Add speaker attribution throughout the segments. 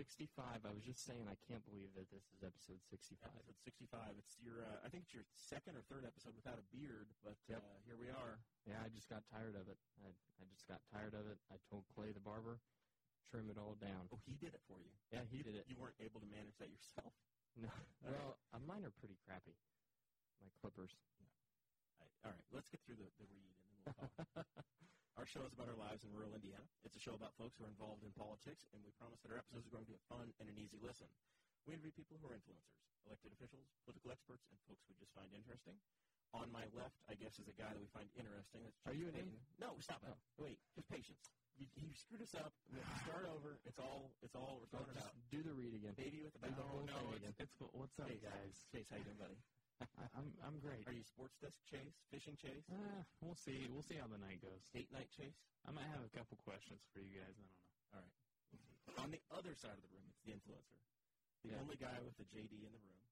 Speaker 1: saying I can't believe that this is episode 65.
Speaker 2: Episode 65. It's your, uh, I think it's your second or third episode without a beard, but uh, yep. here we are.
Speaker 1: Yeah, I just got tired of it. I, I just got tired of it. I told Clay the barber, trim it all down.
Speaker 2: Oh, he did it for you.
Speaker 1: Yeah, he did it.
Speaker 2: You weren't able to manage that yourself.
Speaker 1: No. well, uh, mine are pretty crappy. My clippers.
Speaker 2: Yeah. All, right. all right, let's get through the, the read and then we'll talk. Our show is about our lives in rural Indiana. It's a show about folks who are involved in politics, and we promise that our episodes are going to be a fun and an easy listen. We interview people who are influencers, elected officials, political experts, and folks we just find interesting. On my left, I guess, is a guy that we find interesting. That's
Speaker 1: are you an Indian?
Speaker 2: No, stop it. Oh. Wait, just patience. You, you screwed us up. We have to start over. It's all. It's all. We're throwing it out.
Speaker 1: Do the read again.
Speaker 2: Baby with the
Speaker 1: back.
Speaker 2: Oh, no, it's,
Speaker 1: again.
Speaker 2: it's cool.
Speaker 1: What's up,
Speaker 2: Chase,
Speaker 1: guys?
Speaker 2: Chase, how you doing, buddy?
Speaker 1: I'm I'm great.
Speaker 2: Are you sports desk chase, fishing chase?
Speaker 1: Uh, we'll see. We'll see how the night goes.
Speaker 2: Date night chase.
Speaker 1: I might have a couple questions for you guys. I don't know.
Speaker 2: All right. On the other side of the room, it's the influencer, the
Speaker 1: Yeah.
Speaker 2: only guy with a JD in the room,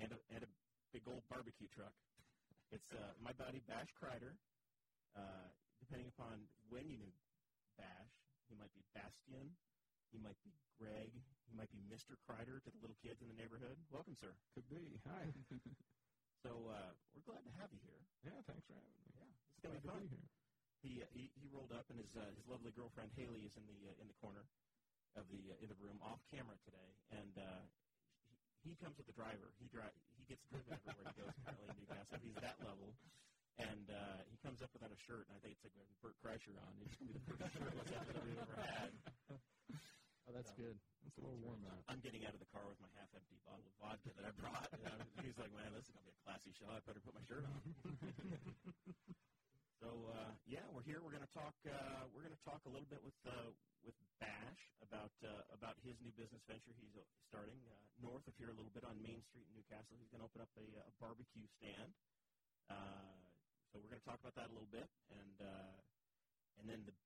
Speaker 2: and a, and a big old barbecue truck. It's uh, my buddy Bash Kreider. Uh, depending upon when you knew Bash, he might be Bastion, he might be Greg, he might be Mr. Kreider to the little kids in the neighborhood. Welcome, sir.
Speaker 3: Could be. Hi.
Speaker 2: So uh, we're glad to have you here.
Speaker 3: yeah, thanks for having me.
Speaker 2: Yeah, it's gonna be
Speaker 3: Glad to
Speaker 2: fun.
Speaker 3: be here.
Speaker 2: He, uh, he he rolled up, and his uh, his lovely girlfriend Haley is in the uh, in the corner of the uh, in the room, off camera today. And uh, he, he comes with the driver. He dri- he gets driven everywhere he goes. Apparently, in Newcastle, he's that level. And uh, he comes up without a shirt, and I think it's like when Bert Kreischer on. He's gonna be the first shirtless episode we've ever had.
Speaker 1: Oh, that's
Speaker 2: Um,
Speaker 1: good.
Speaker 3: It's a little warm out.
Speaker 2: I'm getting out of the car with my half-empty bottle of vodka that I brought. And I'm, he's like, "Man, this is gonna be a classy show. I better put my shirt on." so uh, yeah, we're here. We're gonna talk. Uh, we're gonna talk a little bit with uh, with Bash about uh, about his new business venture he's uh, starting uh, north of here, a little bit on Main Street in Newcastle. He's gonna open up a, uh, a barbecue stand. Uh, so we're gonna talk about that a little bit, and uh, and then the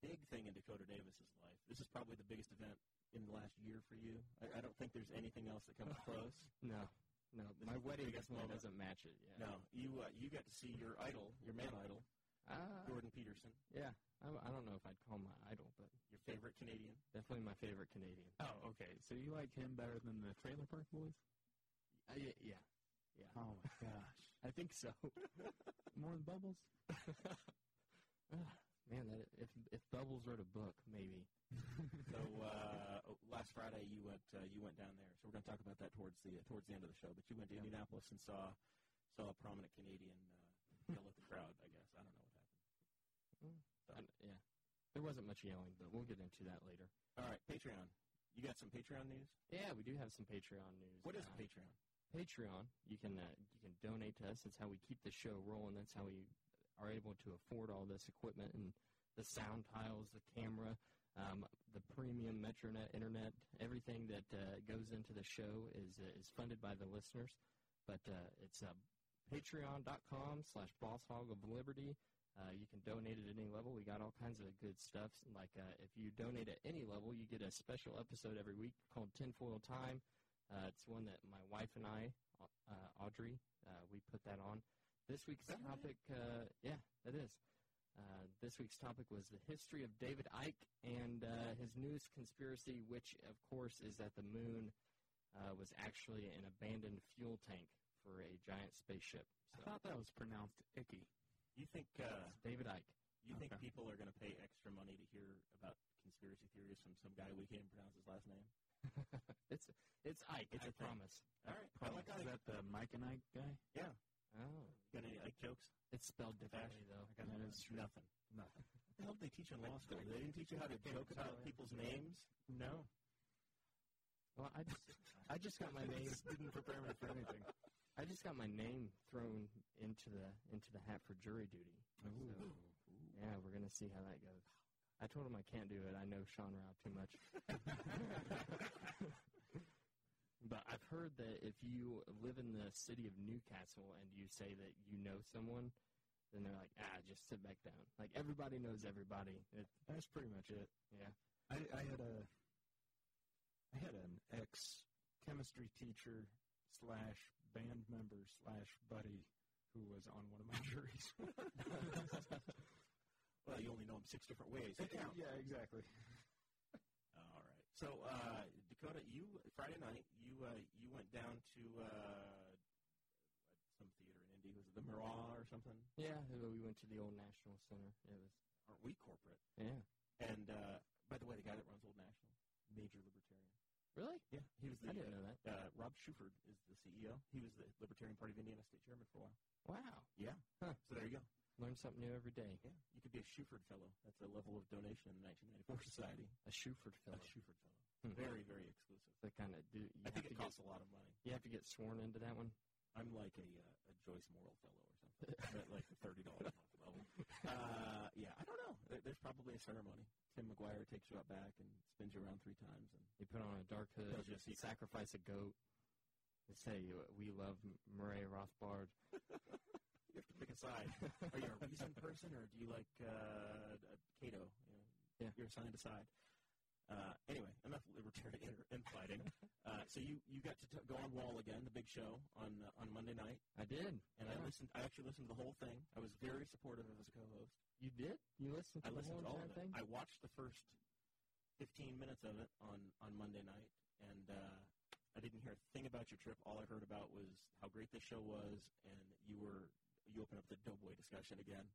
Speaker 2: big thing in Dakota Davis's life. This is probably the biggest event in the last year for you. I, I don't think there's anything else that comes close.
Speaker 1: No, no.
Speaker 2: This
Speaker 1: My
Speaker 2: is the
Speaker 1: wedding
Speaker 2: biggest
Speaker 1: one
Speaker 2: lineup.
Speaker 1: doesn't match it.
Speaker 2: No,
Speaker 1: Yeah.
Speaker 2: you uh, you got to see your idol, your man idol,
Speaker 1: Uh,
Speaker 2: Jordan Peterson,
Speaker 1: yeah. I, I don't know if I'd call him my idol, but
Speaker 2: your favorite Canadian.
Speaker 1: definitely my favorite Canadian.
Speaker 3: Oh, okay. So you like him better than the Trailer Park Boys?
Speaker 1: Uh, yeah, yeah. Yeah.
Speaker 3: Oh my gosh.
Speaker 1: I think so.
Speaker 3: More than Bubbles?
Speaker 1: Ah, Man, that if if Bubbles wrote a book, maybe.
Speaker 2: So uh, oh, last Friday you went uh, you went down there. So we're going to talk about that towards the towards the end of the show. But you went to
Speaker 1: Yeah.
Speaker 2: Indianapolis and saw saw a prominent Canadian uh, yell at the crowd. I guess I don't know what happened.
Speaker 1: I, yeah. There wasn't much yelling, but we'll get into that later.
Speaker 2: All right, Patreon. You got some Patreon news?
Speaker 1: Yeah, we do have some Patreon news.
Speaker 2: What is
Speaker 1: Uh,
Speaker 2: Patreon?
Speaker 1: Patreon? You can uh, you can donate to us. That's how we keep the show rolling. That's how we are able to afford all this equipment and the sound tiles, the camera, um, the premium MetroNet internet. Everything that uh, goes into the show is uh, is funded by the listeners. But uh, it's uh, Patreon.com/slash Boss Hog of Liberty. Uh, you can donate at any level. We got all kinds of good stuff. Like uh, if you donate at any level, you get a special episode every week called Tinfoil Time. Uh, it's one that my wife and I, Au- uh, Audrey, uh, we put that on. This week's
Speaker 2: that right?
Speaker 1: topic, uh, yeah, that is. Uh, this week's topic was the history of David Icke and uh, his news conspiracy, which, of course, is that the moon uh, was actually an abandoned fuel tank for a giant spaceship.
Speaker 3: I
Speaker 1: So
Speaker 3: thought that was pronounced Icky.
Speaker 2: You think uh,
Speaker 1: it's David Icke.
Speaker 2: You think
Speaker 3: Okay.
Speaker 2: people are going to pay extra money to hear about conspiracy theories from some guy we can't pronounce his last name?
Speaker 1: It's it's Ike. It's
Speaker 2: I
Speaker 1: a
Speaker 2: think-
Speaker 1: promise.
Speaker 2: All right, I
Speaker 3: Is
Speaker 2: like Ike.
Speaker 3: that the Mike and Ike guy?
Speaker 2: Yeah.
Speaker 1: Oh,
Speaker 2: Got any like jokes?
Speaker 1: it's spelled differently
Speaker 2: Bash?
Speaker 1: though.
Speaker 2: I got
Speaker 3: That is true.
Speaker 2: nothing.
Speaker 3: Nothing.
Speaker 2: What the hell did they teach in law school? They didn't teach you how to joke about people's names.
Speaker 1: No. Well, I just, I just got my name.
Speaker 3: Didn't prepare me for anything.
Speaker 1: I just got my name thrown into the into the hat for jury duty. So, yeah, we're gonna see how that goes. I told him I can't do it. I know Sean Rao too much. but I've heard that if you live in the city of Newcastle and you say that you know someone, then they're like, ah, just sit back down. Like everybody knows everybody. It,
Speaker 3: That's pretty much it.
Speaker 1: yeah.
Speaker 3: I, I had a I had an ex chemistry teacher slash band member slash buddy who was on one of my juries.
Speaker 2: Well, you only know them six different ways. They count.
Speaker 3: yeah, exactly.
Speaker 2: All right. So uh, Dakota, you Friday night you uh, you went down to uh, some theater in Indy. Was it the Mirage or something?
Speaker 1: Yeah, we went to the old National Center. It was,
Speaker 2: Aren't we corporate?
Speaker 1: yeah.
Speaker 2: And uh, by the way, the guy that runs Old National, major libertarian.
Speaker 1: Really?
Speaker 2: Yeah, he was the
Speaker 1: I didn't know that.
Speaker 2: uh, Rob Shuford is the CEO. He was the Libertarian Party of Indiana State Chairman for a while.
Speaker 1: Wow.
Speaker 2: Yeah.
Speaker 1: Huh.
Speaker 2: So there you go.
Speaker 1: Learn something new every day.
Speaker 2: Yeah. You could be a Shuford Fellow. That's a level of donation in the 1994 Society.
Speaker 1: A Shuford fellow.
Speaker 2: A Shuford Fellow.
Speaker 1: Hmm.
Speaker 2: Very, very exclusive.
Speaker 1: The kind of do you
Speaker 2: I
Speaker 1: have
Speaker 2: think
Speaker 1: to
Speaker 2: it
Speaker 1: get
Speaker 2: costs a lot of money.
Speaker 1: you have to get sworn into that one.
Speaker 2: I'm like a, uh, a Joyce Morrill Fellow or something. I'm at like the $30 a month level. Uh, yeah, I don't know. There- There's probably a ceremony. Tim McGuire takes you out back and spins you around three times. And
Speaker 1: You put on a dark hood,
Speaker 2: Tells you a secret.
Speaker 1: sacrifice a goat. They say we love Murray Rothbard.
Speaker 2: you have to pick a side. Are you a reason person or do you like uh, d- Cato? You know,
Speaker 1: Yeah.
Speaker 2: You're assigned a side. Uh, anyway, enough libertarian inter- infighting. Uh, so you, you got to t- go on Wall again, the big show on uh, on Monday night,
Speaker 1: I did,
Speaker 2: and I listened. I actually listened to the whole thing. I was very supportive of his co-host.
Speaker 1: You did? You listened to
Speaker 2: I
Speaker 1: the
Speaker 2: listened to
Speaker 1: whole
Speaker 2: all of
Speaker 1: entire
Speaker 2: it. I
Speaker 1: thing?
Speaker 2: watched the first 15 minutes of it on, on Monday night, and uh, I didn't hear a thing about your trip. All I heard about was how great the show was, and you were you opened up the Doughboy discussion again.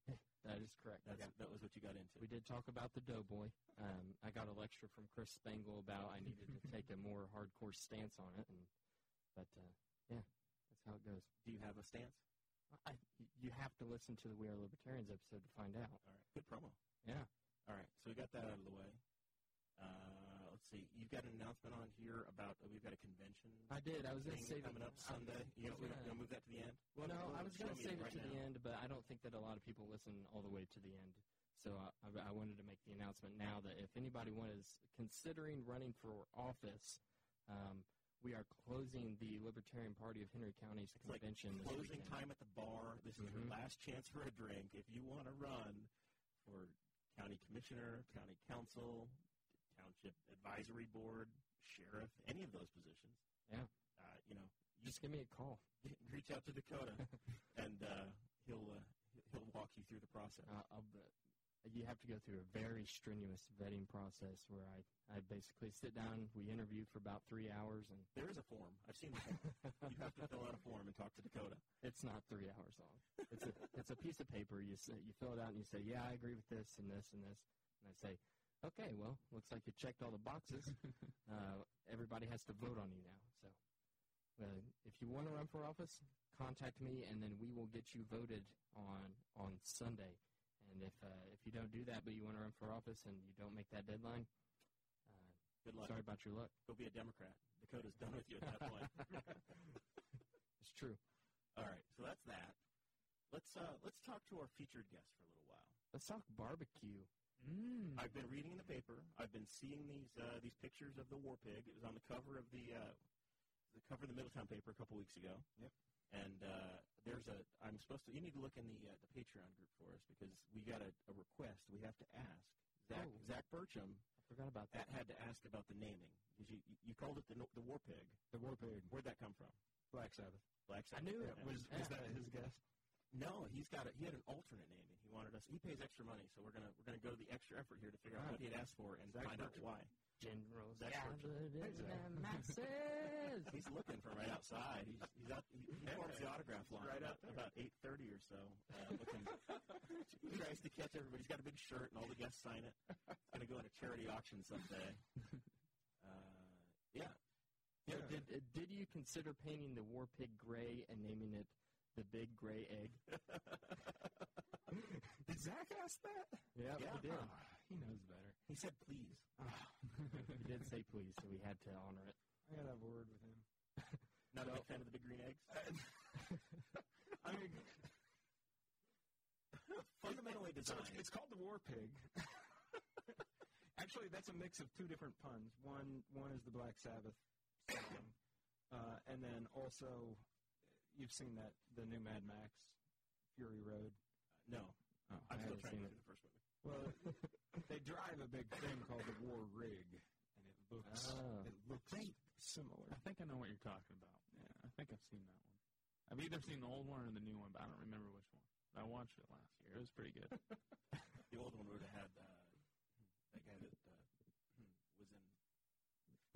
Speaker 1: that is correct.
Speaker 2: That's,
Speaker 1: Yeah.
Speaker 2: That was what you got into.
Speaker 1: We did talk about the Doughboy. Um, I got a lecture from Chris Spangle about I needed to take a more hardcore stance on it, and but uh, yeah, that's how it goes.
Speaker 2: Do you have a stance?
Speaker 1: I, you have to listen to the We Are Libertarians episode to find out.
Speaker 2: All right, good promo.
Speaker 1: Yeah.
Speaker 2: All right, so we got that out of the way. Uh, let's see. You've got an announcement on here about uh, we've got a convention.
Speaker 1: I did. I was going
Speaker 2: thing
Speaker 1: to save
Speaker 2: coming
Speaker 1: it.
Speaker 2: up Sunday. You guys
Speaker 1: Yeah.
Speaker 2: going to move that to the end?
Speaker 1: Well, no,
Speaker 2: Well,
Speaker 1: I was
Speaker 2: show
Speaker 1: going to
Speaker 2: me
Speaker 1: save
Speaker 2: it
Speaker 1: it
Speaker 2: right
Speaker 1: to the
Speaker 2: now.
Speaker 1: end, but I don't think that a lot of people listen all the way to the end. So I, I, I wanted to make the announcement now that if anybody wa- is considering running for office, um, we are closing the Libertarian Party of Henry County's
Speaker 2: It's like
Speaker 1: convention this
Speaker 2: closing
Speaker 1: weekend.
Speaker 2: time at the bar. This is your
Speaker 1: Mhm.
Speaker 2: last chance for a drink. If you want to run for county commissioner, county council, township advisory board, sheriff, any of those positions,
Speaker 1: Yeah.
Speaker 2: uh, you know, you
Speaker 1: Just give me a call.
Speaker 2: just reach out to Dakota, and uh, he'll uh, he'll walk you through the process.
Speaker 1: Uh, I'll, bet- you have to go through a very strenuous vetting process where I, I basically sit down, we interview for about three hours, and
Speaker 2: There is a form. I've seen the form. you have to fill out a form and talk to Dakota.
Speaker 1: It's not three hours long. It's a it's a piece of paper. You say, you fill it out and you say, yeah, I agree with this and this and this. And I say, okay, well, looks like you checked all the boxes. uh, everybody has to vote on you now. So, uh, if you want to run for office, contact me, and then we will get you voted on on Sunday. And if uh, if you don't do that, but you want to run for office and you don't make that deadline, uh,
Speaker 2: Good luck.
Speaker 1: sorry about your luck.
Speaker 2: Go be a Democrat. Dakota's done with you at that point.
Speaker 1: It's true.
Speaker 2: All right, so that's that. Let's uh, let's talk to our featured guest for a little while.
Speaker 1: Let's talk barbecue.
Speaker 3: Mm.
Speaker 2: I've been reading the paper. I've been seeing these uh, these pictures of the war pig. It was on the cover of the uh, the cover of the Middletown paper a couple weeks ago.
Speaker 3: Yep.
Speaker 2: And uh, there's a I'm supposed to. You need to look in the uh, the Patreon group for us because we got a, a request. We have to ask Zach
Speaker 1: Oh.
Speaker 2: Zach Burcham
Speaker 1: I forgot about that.
Speaker 2: that had to ask about the naming. 'Cause You, you called it the no- the war pig.
Speaker 3: the War Pig.
Speaker 2: Where'd that come from?
Speaker 3: Black Sabbath.
Speaker 2: Black
Speaker 3: I
Speaker 2: Sabbath.
Speaker 3: knew it
Speaker 2: Yeah.
Speaker 3: was. Was that his guess?
Speaker 2: No, he's got a, he had an alternate name, and he wanted us. He pays extra money, so we're gonna we're gonna go to the extra effort here to figure out what he'd asked for and
Speaker 3: Zach
Speaker 2: find out
Speaker 3: Burton.
Speaker 2: why.
Speaker 1: Generals
Speaker 2: That's what-
Speaker 1: gathered in
Speaker 3: Exactly.
Speaker 1: their masses.
Speaker 2: He's looking from right outside. He's, he's out. He, he forms the autograph
Speaker 3: He's
Speaker 2: line
Speaker 3: right
Speaker 2: about,
Speaker 3: out there.
Speaker 2: about eight thirty or so. Uh, looking, he tries to catch everybody. He's got a big shirt, and all the guests sign it. It's gonna go in a charity auction someday. Uh, yeah,
Speaker 1: Did, uh, did you consider painting the war pig gray and naming it the big gray egg.
Speaker 3: Did Zach ask that?
Speaker 1: Yep,
Speaker 2: Yeah.
Speaker 1: he did.
Speaker 3: Ah, he knows better.
Speaker 2: He said, "Please."
Speaker 3: Ah.
Speaker 1: He did say please, so we had to honor it.
Speaker 3: I gotta have a word with him.
Speaker 2: Not a
Speaker 1: So-
Speaker 2: big fan of the big green eggs.
Speaker 3: I mean,
Speaker 2: Fundamentally
Speaker 3: so
Speaker 2: designed.
Speaker 3: it's, it's called the War Pig. Actually, that's a mix of two different puns. One one is the Black Sabbath song, uh, and then also you've seen that the new Mad Max Fury Road.
Speaker 2: no,
Speaker 3: Oh,
Speaker 2: I'm still
Speaker 3: haven't
Speaker 2: trying
Speaker 3: seen
Speaker 2: to
Speaker 3: it.
Speaker 2: do the first movie.
Speaker 3: Well, they drive a big thing called the War Rig, and it looks
Speaker 1: Ah.
Speaker 3: it looks similar.
Speaker 4: I think I know what you're talking about.
Speaker 3: Yeah.
Speaker 4: I think I've seen that one. I've either seen the old one or the new one, but I don't remember which one. I watched it last year. It was pretty good.
Speaker 2: The old one would have had uh, that guy that uh, was in.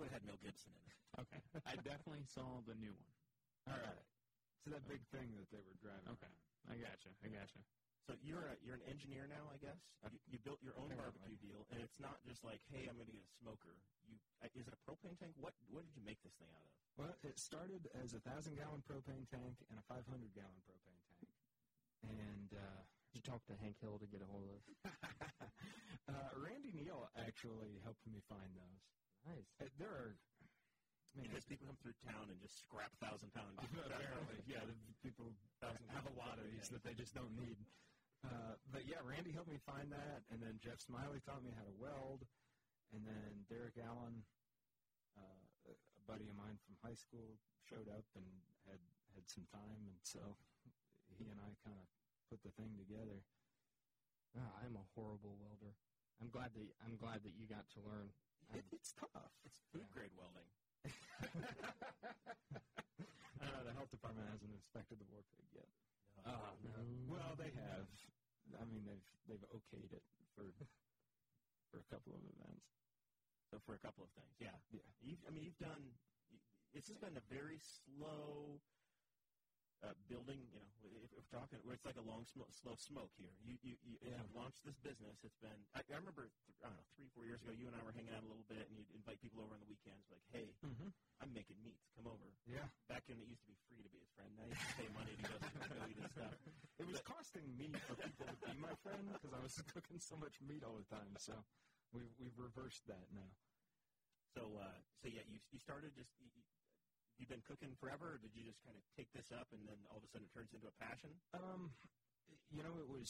Speaker 2: Would have had Mel Gibson in it.
Speaker 4: Okay. I definitely saw the new one.
Speaker 3: All right. So that big thing that they were driving.
Speaker 4: Okay. I
Speaker 3: around.
Speaker 4: gotcha. I gotcha.
Speaker 2: So you're a, you're an engineer now, I guess. You, you built your own
Speaker 3: Apparently.
Speaker 2: barbecue deal, and it's not just like, hey, I'm going to get a smoker. You uh, is it a propane tank? What what did you make this thing out of?
Speaker 3: Well, it started as a thousand gallon propane tank and a 500 gallon propane tank. And uh,
Speaker 1: Did you talk to Hank Hill to get a hold of this?
Speaker 3: uh, Randy Neal actually helped me find those.
Speaker 1: Nice.
Speaker 3: Uh, There are, man,
Speaker 2: Because people come through town and just scrap thousand pounds.
Speaker 3: apparently, yeah, the people have a lot of these that they just don't need. Uh, but yeah, Randy helped me find that, and then Jeff Smiley taught me how to weld, and then Derek Allen, uh, a buddy of mine from high school, showed up and had had some time, and so he and I kind of put the thing together.
Speaker 1: Ah, I'm a horrible welder. I'm glad that I'm glad that you got to learn.
Speaker 3: It, it's tough.
Speaker 2: It's food grade welding.
Speaker 3: uh, the health department hasn't inspected the war pig yet. Uh,
Speaker 2: Oh,
Speaker 3: Well, they have. I mean, they've they've okayed it for for a couple of events.
Speaker 2: So for a couple of things, yeah,
Speaker 3: Yeah.
Speaker 2: You've, I mean, you've done. It's just been a very slow uh, building. You know, if, if we're talking, it's like a long, sm- slow smoke here. You, you, you
Speaker 3: Yeah.
Speaker 2: have launched this business. It's been. I, I remember, th- I don't know, three, four years ago, you and I were hanging out a little bit, and you'd invite people over on the weekends. Like, hey,
Speaker 3: Mm-hmm.
Speaker 2: I'm making meats. Come over.
Speaker 3: Yeah,
Speaker 2: Back when it used to be free to be his friend, now you have to pay money to go go eat his stuff.
Speaker 3: it was costing me for people to be my friend because I was cooking so much meat all the time. So we've we've reversed that now.
Speaker 2: So, uh, so yeah, you, you started just. You, you- You've been cooking forever, or did you just kind of take this up and then all of a sudden it turns into a passion?
Speaker 3: Um, you know, it was.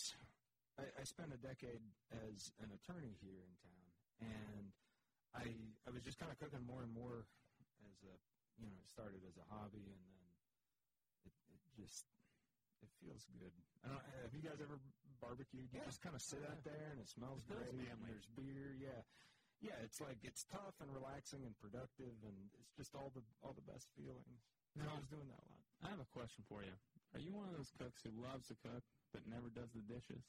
Speaker 3: I, I spent a decade as an attorney here in town, and I I was just kind of cooking more and more as a you know it started as a hobby, and then it, it just it feels good. I don't, have you guys ever barbecued? You just kind of sit out there, and it smells
Speaker 4: It feels
Speaker 3: great. and
Speaker 4: manly.
Speaker 3: There's beer, yeah. Yeah, it's like it's tough and relaxing and productive, and it's just all the all the best feelings. And I was doing that a lot.
Speaker 4: I have a question for you. Are you one of those cooks who loves to cook but never does the dishes?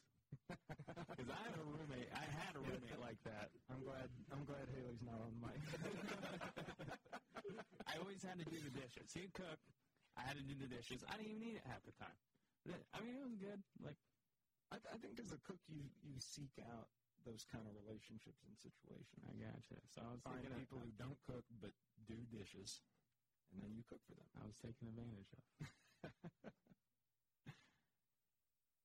Speaker 4: Because I had a roommate. I had a roommate like that.
Speaker 3: I'm glad. I'm glad Haley's not on mic.
Speaker 4: I always had to do the dishes. He'd cook. I had to do the dishes. I didn't even eat it half the time. But it- I mean, it was good. Like,
Speaker 3: I, I think as a cook, you you seek out those kind of relationships and situations.
Speaker 4: I gotcha. So I was
Speaker 3: Find
Speaker 4: thinking
Speaker 3: people who don't cook but do dishes, and then you cook for them.
Speaker 4: I was taken advantage of.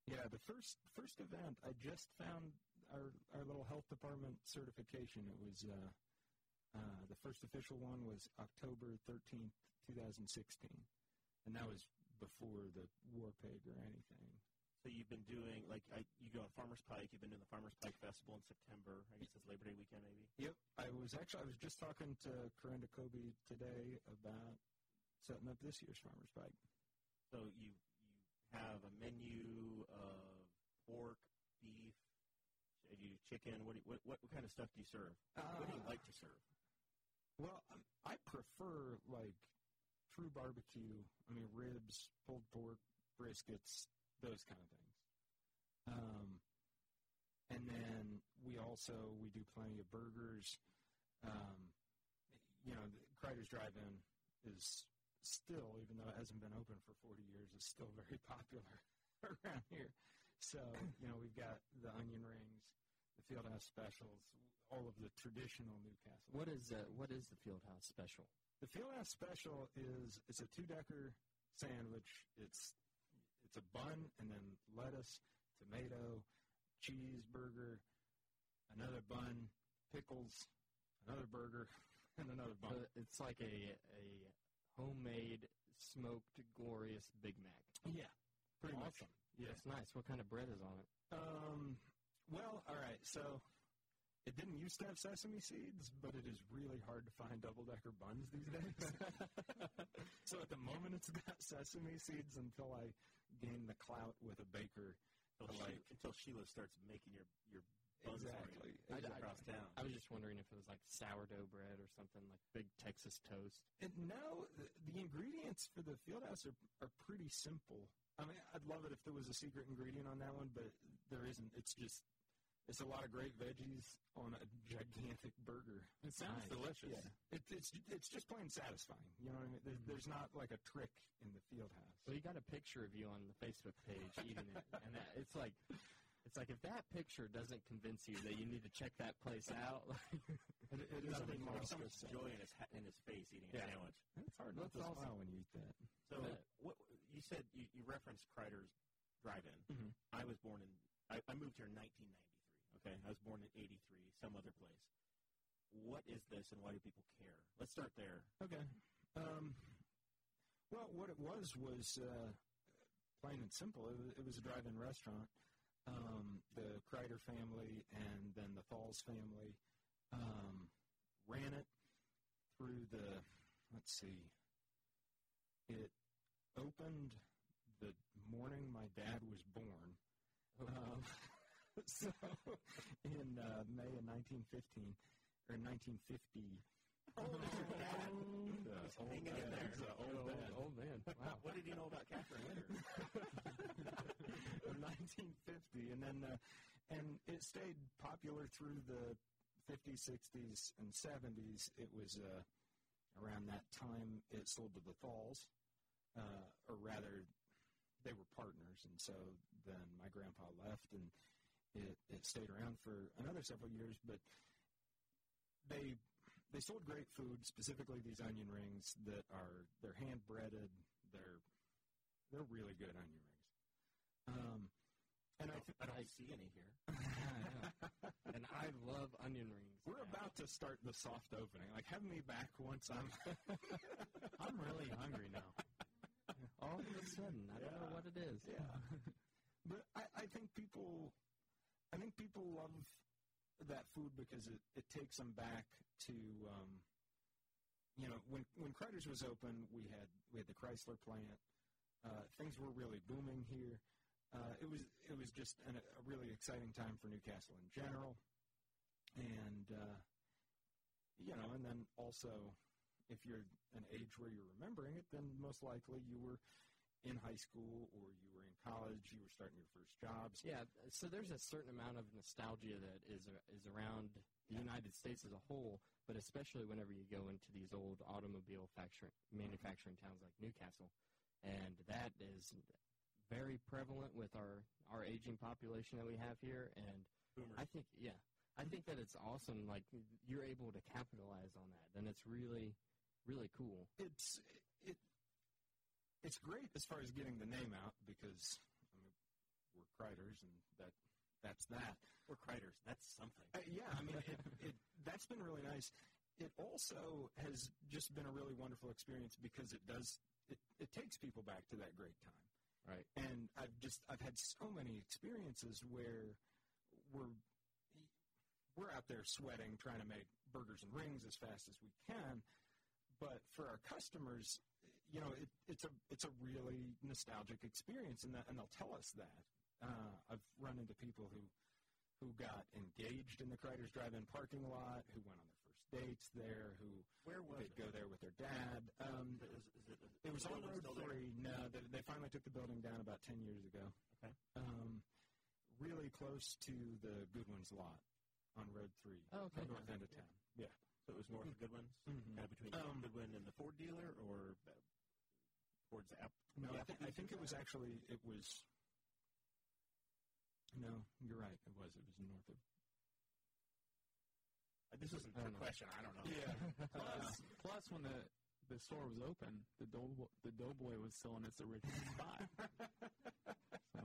Speaker 3: Yeah, the first first event, I just found our our little health department certification. It was uh, uh, the first official one was October thirteenth, two thousand sixteen, and that was before the war pig or anything.
Speaker 2: So you've been doing like I, you go on Farmers Pike. You've been doing the Farmers Pike Festival in September. I guess it's Labor Day weekend, maybe.
Speaker 3: Yep. I was actually I was just talking to Corinda Kobe today about setting up this year's farmers bike.
Speaker 2: So you you have a menu of pork, beef, uh, you chicken. What do you, what, what what kind of stuff do you serve? What do you like to serve?
Speaker 3: Well, I prefer like true barbecue. I mean, ribs, pulled pork, briskets, those kind of things. Um, and then we also we do plenty of burgers. Um, you know, the Crider's Drive-In is still, even though it hasn't been open for 40 years, is still very popular around here. So you know, we've got the onion rings, the Fieldhouse specials, all of the traditional Newcastle.
Speaker 1: What is uh, what is the Fieldhouse special?
Speaker 3: The Fieldhouse Special is it's a two decker sandwich. It's It's a bun and then lettuce, tomato, cheeseburger, another bun, pickles, another burger, and another bun.
Speaker 1: So Uh, it's like a a homemade smoked glorious Big Mac.
Speaker 3: yeah, pretty much.
Speaker 1: awesome. Yeah, it's nice. What kind of bread is on it?
Speaker 3: Um, well, all right. So it didn't used to have sesame seeds, but it is really hard to find double decker buns these days. so at the moment, it's got sesame seeds until I gain the clout with a baker.
Speaker 2: Until,
Speaker 3: Like-
Speaker 2: Sheila, until Sheila starts making your your buns for you
Speaker 1: I- I-
Speaker 2: across town.
Speaker 1: I was just wondering if it was like sourdough bread or something like big Texas toast.
Speaker 3: And no, the, the ingredients for the field house are, are pretty simple. I mean, I'd love it if there was a secret ingredient on that one, but there isn't. It's just, it's a lot of great veggies on a gigantic burger.
Speaker 4: It sounds
Speaker 1: Nice.
Speaker 4: delicious.
Speaker 3: Yeah, it, it's it's just plain satisfying. You know what I mean? There's, there's not like a trick in the field
Speaker 1: Well,
Speaker 3: house.
Speaker 1: you got a picture of you on the Facebook page eating it, and that, it's like, it's like if that picture doesn't convince you that you need to check that place out,
Speaker 3: It, it is a
Speaker 2: Nothing more. So much
Speaker 3: monstrous
Speaker 2: joy in his, ha- in his face eating
Speaker 1: Yeah.
Speaker 2: a sandwich.
Speaker 3: It's hard not to
Speaker 1: That's awesome.
Speaker 3: smile when you eat that.
Speaker 2: So
Speaker 1: Yeah.
Speaker 2: what you said you, you referenced Crider's Drive-In.
Speaker 3: Mhm.
Speaker 2: I was born in I, I moved here in 1993. Okay, I was born in '83, some other place. What is this, and why do people care? Let's start there.
Speaker 3: Okay. Um, well, what it was was uh, plain and simple. It was, it was a drive-in restaurant. Um, the Kreider family and then the Falls family um, ran it through the. Let's see. It opened the morning my dad was born. Um, so in uh, May of 1915 or 1950. Oh,
Speaker 2: How old is your dad?
Speaker 3: That's old
Speaker 2: hanging in
Speaker 3: dad.
Speaker 2: there.
Speaker 3: He's a old
Speaker 1: oh,
Speaker 3: dad.
Speaker 1: oh man, wow.
Speaker 2: What did you know about Catherine Ritter?
Speaker 3: 1950, and then uh, and it stayed popular through the 50s, 60s, and 70s. It was uh, around that time it sold to the Thalls, uh, or rather, they were partners, and so then my grandpa left, and it, it stayed around for another several years, but they. They sold great food, specifically these onion rings that are they're hand breaded. They're they're really good onion rings. Um, and I, th-
Speaker 2: I don't see any here.
Speaker 1: and I love onion rings.
Speaker 3: we're about to start the soft opening. Like, have me back once I'm.
Speaker 1: I'm really hungry now. All of a sudden, I don't know
Speaker 3: Yeah.
Speaker 1: what it is.
Speaker 3: yeah, but I, I think people, I think people love that food because it, it takes them back to, um, you know, when when Crider's was open, we had we had the Chrysler plant. Uh, things were really booming here. Uh, it was it was just an, a really exciting time for Newcastle in general, and uh, you know, and then also, if you're an age where you're remembering it, then most likely you were in high school or you were in college, you were starting your first jobs.
Speaker 1: Yeah, so there's a certain amount of nostalgia that is is around the United States as a whole, but especially whenever you go into these old automobile factoring, manufacturing towns like Newcastle, and that is very prevalent with our our aging population that we have here. And I
Speaker 2: Boomers.
Speaker 1: think, yeah, I think that it's awesome. Like you're able to capitalize on that, and it's really, really cool.
Speaker 3: It's it it's great as far as getting the name out because I mean, we're Kreiders and that that's that.
Speaker 2: We're Criders. That's something.
Speaker 3: Uh, yeah, I mean, it, it, that's been really nice. It also has just been a really wonderful experience because it does it, it takes people back to that great time.
Speaker 1: Right.
Speaker 3: And I've just I've had so many experiences where we're we're out there sweating trying to make burgers and rings as fast as we can, but for our customers, you know, it, it's a it's a really nostalgic experience, and that, and they'll tell us that. Uh, I've run into people who who got engaged in the Crider's Drive-In parking lot, who went on their first dates there, who
Speaker 2: Where was
Speaker 3: could
Speaker 2: it?
Speaker 3: go there with their dad. Um,
Speaker 2: Is, is, is it, is
Speaker 3: it was
Speaker 2: the
Speaker 3: on
Speaker 2: building
Speaker 3: Road
Speaker 2: still there?
Speaker 3: Three. No, they, they finally took the building down about ten years ago.
Speaker 2: Okay.
Speaker 3: Um, really close to the Goodwin's lot on Road Three,
Speaker 1: Oh, okay.
Speaker 3: north end of town. Yeah.
Speaker 2: So it was north of Goodwin's,
Speaker 3: Mhm.
Speaker 2: kind of between
Speaker 3: Um,
Speaker 2: Goodwin and the Ford dealer, or uh, towards the app.
Speaker 3: No,
Speaker 2: the
Speaker 3: I, thi- I
Speaker 2: Applebee's
Speaker 3: think
Speaker 2: or
Speaker 3: it was
Speaker 2: something?
Speaker 3: actually it was. No, you're right. It was. It was north of.
Speaker 2: Uh, This isn't
Speaker 1: I
Speaker 2: a Uh,
Speaker 1: don't know.
Speaker 2: question. I don't know.
Speaker 3: Uh,
Speaker 4: Plus, plus when the the store was open, the dough the doughboy was still in its original spot. so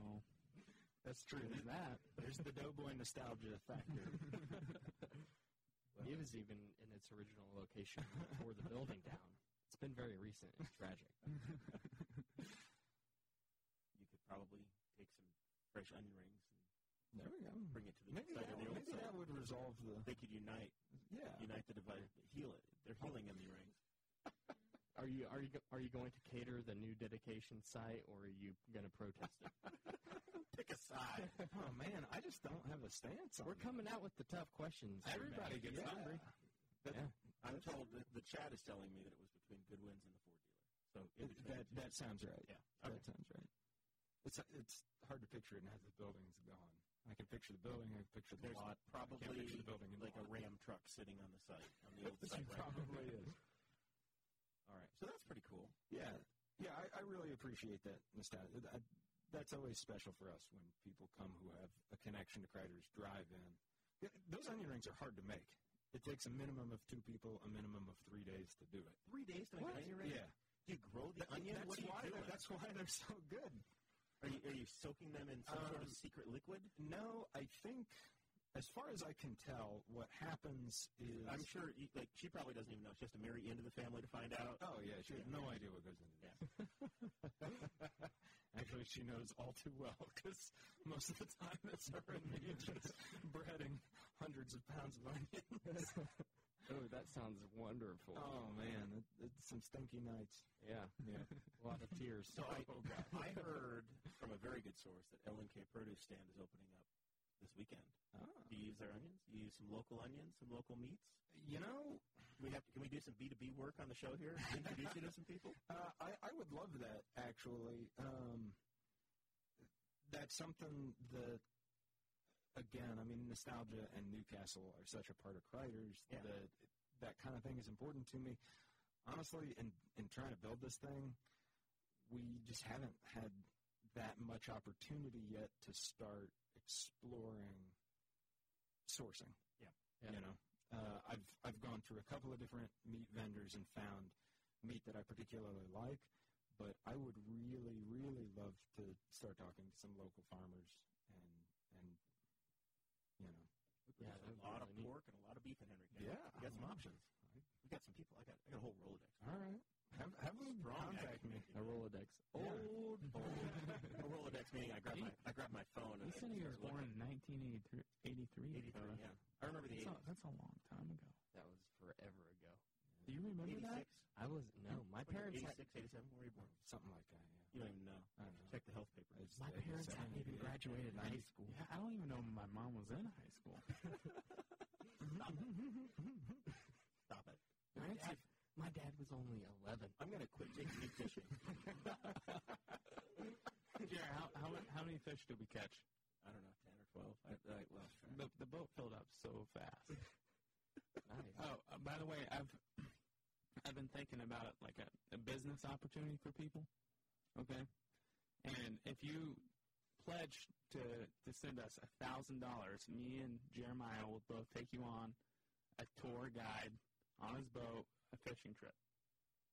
Speaker 3: That's true. There's that. There's the doughboy nostalgia factor.
Speaker 1: It was even in its original location before the building down. It's been very recent and tragic.
Speaker 2: You could probably take some fresh onion rings
Speaker 3: there we go.
Speaker 2: and bring it to the
Speaker 3: Hmm. Maybe
Speaker 2: side
Speaker 3: that,
Speaker 2: of the old
Speaker 3: maybe
Speaker 2: side.
Speaker 3: that would resolve the.
Speaker 2: They could unite,
Speaker 3: Yeah.
Speaker 2: unite the divide, heal it. They're healing onion rings.
Speaker 1: Are you are you go- are you going to cater the new dedication site, or are you going to protest it?
Speaker 2: Pick a side.
Speaker 3: Oh man, I just don't have a stance on.
Speaker 1: We're
Speaker 3: that.
Speaker 1: coming out with the tough questions. here, man.
Speaker 4: everybody gets
Speaker 3: Yeah.
Speaker 4: hungry.
Speaker 2: I'm told that the chat is telling me that it was between Goodwin's and the Ford dealer. So in between
Speaker 3: That that sounds right.
Speaker 2: Yeah.
Speaker 3: That sounds right. It's it's hard to picture it now that the building's gone. I can picture the building. I can picture the
Speaker 2: There's
Speaker 3: lot. I can't
Speaker 2: probably
Speaker 3: picture the building in
Speaker 2: like a
Speaker 3: the lot.
Speaker 2: Ram truck sitting on the site on the old
Speaker 3: It
Speaker 2: site. Right now.
Speaker 3: probably is.
Speaker 2: All right, so that's pretty cool.
Speaker 3: Yeah, yeah. I, I really appreciate that nostalgia. Th- I- That's always special for us when people come who have a connection to Crider's Drive In. Yeah, Those onion rings are hard to make. It takes a minimum of two people, a minimum of three days to do it.
Speaker 2: Three days to make an onion ring.
Speaker 3: Yeah,
Speaker 2: Do you grow the onion?
Speaker 3: That's
Speaker 2: what are you
Speaker 3: why.
Speaker 2: doing?
Speaker 3: They're, that's why they're so good.
Speaker 2: Are you, are you soaking them in some sort of
Speaker 3: Um,
Speaker 2: secret liquid?
Speaker 3: No, I think, as far as I can tell, what happens is
Speaker 2: I'm sure, you, like, she probably doesn't even know. She has to marry into the family to find out.
Speaker 3: Oh yeah, she has no idea what goes into that. Actually, she knows all too well because most of the time it's her and me just breading hundreds of pounds of onions.
Speaker 1: Oh, that sounds wonderful.
Speaker 3: oh man, it, it's some stinky nights.
Speaker 1: Yeah,
Speaker 3: Yeah.
Speaker 1: a lot of tears.
Speaker 2: So I, I heard from a very good source that L&K Produce Stand is opening up this weekend. Do you use their onions? Do you use some local onions, some local meats?
Speaker 3: You know,
Speaker 2: We have to, can we do some B2B work on the show here? Introduce you to some people?
Speaker 3: Uh, I, I would love that actually. Um, that's something that, again, I mean, nostalgia and Newcastle are such a part of Crider's
Speaker 2: Yeah.
Speaker 3: that that kind of thing is important to me. Honestly, in in trying to build this thing, we just haven't had that much opportunity yet to start exploring sourcing.
Speaker 2: Yeah.
Speaker 1: Yeah.
Speaker 3: You know, uh, I've I've gone through a couple of different meat vendors and found meat that I particularly like, but I would really, really love to start talking to some local farmers and and you know.
Speaker 1: Yeah,
Speaker 2: There's
Speaker 1: that would
Speaker 2: a
Speaker 1: be
Speaker 2: lot of
Speaker 1: really neat.
Speaker 2: pork and a lot of beef in Henry County. We got some options. We got some people. I got, I got a whole Rolodex.
Speaker 3: All right. Have have them
Speaker 2: Strong
Speaker 3: contact
Speaker 2: action.
Speaker 3: me. Oh,
Speaker 1: A Rolodex.
Speaker 3: Yeah.
Speaker 2: Old, old. a Rolodex meaning I grabbed my, I grabbed my phone.
Speaker 4: This
Speaker 2: and
Speaker 4: city was born in 1983.
Speaker 2: 83, yeah.
Speaker 4: 83,
Speaker 2: I remember the
Speaker 4: That's,
Speaker 2: 80s.
Speaker 4: a, that's a long time ago.
Speaker 1: That was forever ago.
Speaker 4: Do you remember
Speaker 2: 86?
Speaker 4: that?
Speaker 1: I was no. My
Speaker 2: Wait,
Speaker 1: parents had
Speaker 2: 86, 87, where were you born?
Speaker 3: Something like that. Yeah.
Speaker 2: You don't even know.
Speaker 3: I don't know.
Speaker 2: Check the health paper.
Speaker 3: It's-
Speaker 4: My
Speaker 3: it's
Speaker 4: parents
Speaker 3: seven,
Speaker 4: hadn't even
Speaker 3: eight.
Speaker 4: graduated high
Speaker 3: Ninety-
Speaker 4: school. Yeah, I don't even know my mom was in high school.
Speaker 2: Stop it.
Speaker 1: my
Speaker 4: Parents-
Speaker 1: dad, my dad was only eleven.
Speaker 2: I'm going to quit taking meat fishing.
Speaker 4: Jared, how, how, mu- how many fish did we catch?
Speaker 2: I don't know, 10 or 12. I, I lost track.
Speaker 4: The, the boat filled up so fast.
Speaker 1: Nice.
Speaker 4: Oh, uh, by the way, I've I've been thinking about it like a, a business opportunity for people. Okay, and if you pledge to to send us a thousand dollars, me and Jeremiah will both take you on a tour guide on his boat, a fishing trip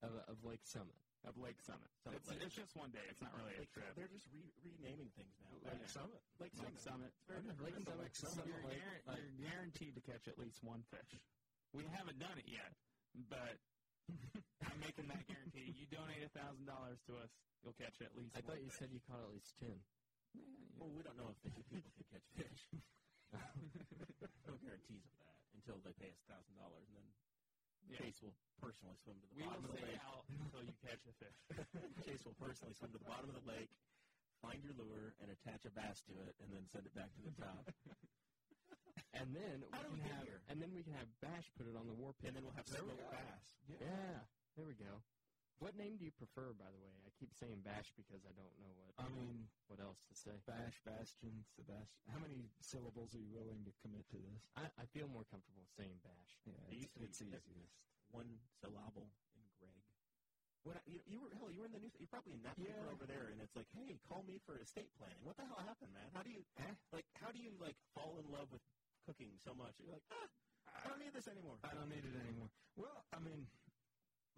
Speaker 1: Of, of Lake Summit.
Speaker 4: of Lake Summit.
Speaker 2: Summit
Speaker 4: it's,
Speaker 2: Lake.
Speaker 4: it's just one day. It's not really a
Speaker 2: Like,
Speaker 4: trip.
Speaker 2: they're just re- renaming things now.
Speaker 3: Like Summit.
Speaker 2: Like
Speaker 4: Lake Summit.
Speaker 1: Lake
Speaker 3: heard of
Speaker 1: Summit.
Speaker 3: Lake Summit.
Speaker 4: You're,
Speaker 1: Lake-
Speaker 4: guaran-
Speaker 1: like-
Speaker 4: you're guaranteed to catch at least one fish. We haven't done it yet, but I'm making that guarantee. You donate a thousand dollars to us, you'll catch at least.
Speaker 1: I
Speaker 4: one
Speaker 1: thought you said you caught at least ten.
Speaker 2: Well, we don't know if fishy people can catch fish. no guarantees of that until they pay us $1,000 and then
Speaker 4: Yeah.
Speaker 2: Chase will personally swim to the
Speaker 4: We
Speaker 2: bottom
Speaker 4: will
Speaker 2: of the
Speaker 4: stay
Speaker 2: lake.
Speaker 4: out until you catch a fish.
Speaker 2: Chase will personally swim to the bottom of the lake, find your lure, and attach a bass to it, and then send it back to the top.
Speaker 1: And then
Speaker 2: How
Speaker 1: we
Speaker 2: do
Speaker 1: can
Speaker 2: we get
Speaker 1: have
Speaker 2: here?
Speaker 1: and then we can have Bash put it on the war
Speaker 2: and
Speaker 1: pit.
Speaker 2: then we'll have
Speaker 3: There we
Speaker 2: smoked
Speaker 3: go.
Speaker 2: bass.
Speaker 1: yeah. There we go. What name do you prefer, by the way? I keep saying Bash because I don't know what
Speaker 3: I mean,
Speaker 1: what else to say.
Speaker 3: Bash, Bastion, Sebastian. How many syllables are you willing to commit to this?
Speaker 1: I, I feel more comfortable saying Bash.
Speaker 3: Yeah, it's,
Speaker 2: used to be-
Speaker 3: it's easiest.
Speaker 2: One syllable in Greg. When I, you, you were hell, you were in the news. You're probably in that paper
Speaker 3: Yeah.
Speaker 2: over there, and it's like, hey, call me for estate planning. What the hell happened, man? How do you
Speaker 3: Huh?
Speaker 2: like? How do you like fall in love with cooking so much? You're like, ah, I don't need this anymore.
Speaker 3: I don't need it anymore. Well, I mean,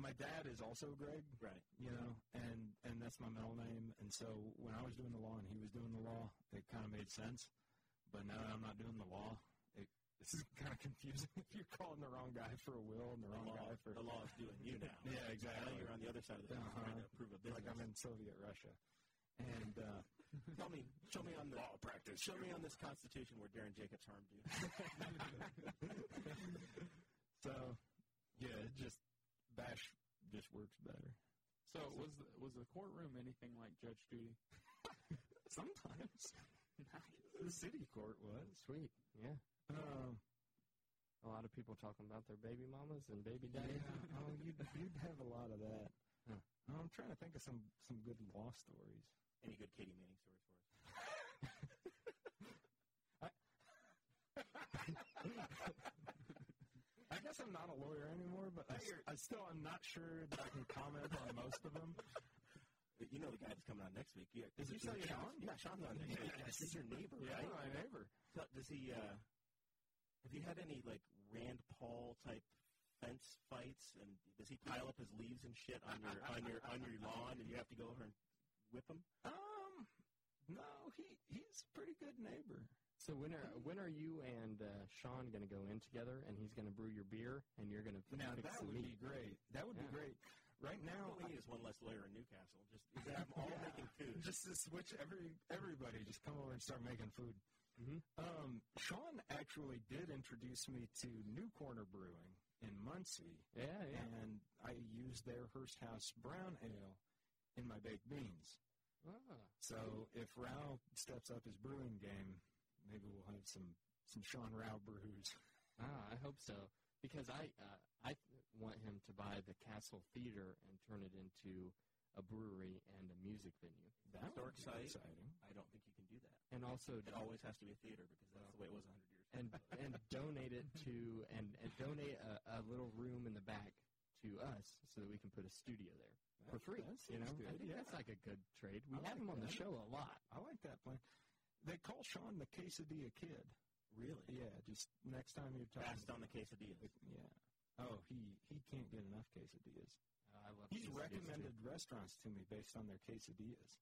Speaker 3: my dad is also Greg,
Speaker 2: Right.
Speaker 3: you know, and and that's my middle name. And so when I was doing the law and he was doing the law, it kind of made sense. But now that I'm not doing the law, it, this is kind of confusing if you're calling the wrong guy for a will and the
Speaker 2: The
Speaker 3: wrong
Speaker 2: law,
Speaker 3: guy for
Speaker 2: the law is doing you now.
Speaker 3: Yeah,
Speaker 2: Now
Speaker 3: exactly.
Speaker 2: you're on the other side of the fence
Speaker 3: Uh-huh.
Speaker 2: trying to approve a business.
Speaker 3: Like I'm in Soviet Russia, and uh,
Speaker 2: Tell me, show me on the law practice. Show me on this Constitution where Darren Jacobs harmed you.
Speaker 3: so yeah, it just bash just works better.
Speaker 4: So was the, was the courtroom anything like Judge Judy?
Speaker 3: Sometimes the city court was.
Speaker 1: Sweet. Yeah.
Speaker 3: Um,
Speaker 1: A lot of people talking about their baby mamas and baby
Speaker 3: yeah,
Speaker 1: daddies.
Speaker 3: oh, you'd, you'd have a lot of that. Oh, I'm trying to think of some some good law stories.
Speaker 2: Any good Katie Manning stories for us?
Speaker 3: I guess I'm not a lawyer anymore, but I, I still I'm not sure that I can comment on most of them.
Speaker 2: Uh, You know the guy that's coming on next week. Yeah. Did
Speaker 3: Is it
Speaker 2: you tell
Speaker 3: Sean?
Speaker 2: your neighbor? Yeah, Sean's on next week.
Speaker 3: Yes.
Speaker 2: He's your neighbor,
Speaker 3: Yeah,
Speaker 2: right?
Speaker 3: my neighbor.
Speaker 2: So- Does he? Uh, have you had any like Rand Paul type fence fights? And does he pile up his leaves and shit on your on your on your lawn, and you have to go over and whip him?
Speaker 3: Um, no, he he's a pretty good neighbor.
Speaker 1: So when are when are you and uh, Sean gonna go in together and he's gonna brew your beer and you're gonna
Speaker 3: Now
Speaker 1: fix the
Speaker 3: that would
Speaker 1: meat?
Speaker 3: be great. That would
Speaker 1: Yeah.
Speaker 3: be great. Right now,
Speaker 2: All we need is one less lawyer in Newcastle. Just just have them all
Speaker 3: Yeah.
Speaker 2: making food.
Speaker 3: just to switch every everybody just come over and start making food.
Speaker 1: Mhm.
Speaker 3: Um, Sean actually did introduce me to New Corner Brewing in Muncie,
Speaker 1: Yeah, yeah.
Speaker 3: and I used their Hearst House Brown Ale in my baked beans.
Speaker 1: Ah,
Speaker 3: So if Rao steps up his brewing game, maybe we'll have some some Sean Rao brews.
Speaker 1: ah, I hope so because I uh, I want him to buy the Castle Theater and turn it into a brewery and a music venue
Speaker 3: That
Speaker 2: So
Speaker 3: would be
Speaker 2: exciting.
Speaker 3: exciting.
Speaker 2: I don't think you can do that.
Speaker 1: and also
Speaker 2: It always has to be a theater because that's the way it was 100 years.
Speaker 1: and and donate it to and, and donate a, a little room in the back to us so that we can put a studio there for free.
Speaker 3: Oh, That
Speaker 1: you know,
Speaker 3: sounds
Speaker 1: I
Speaker 3: good,
Speaker 1: think
Speaker 3: yeah.
Speaker 1: that's like a good trade. We
Speaker 3: I
Speaker 1: have
Speaker 3: like
Speaker 1: him on the
Speaker 3: that.
Speaker 1: show a lot.
Speaker 3: I like that plan. They call Sean the quesadilla kid.
Speaker 2: Really?
Speaker 3: Yeah, just next time you're talking.
Speaker 2: Fast on the quesadillas.
Speaker 3: Yeah. Oh, he he can't get enough quesadillas.
Speaker 1: Oh, I love
Speaker 3: He's recommended restaurants to me based on their quesadillas.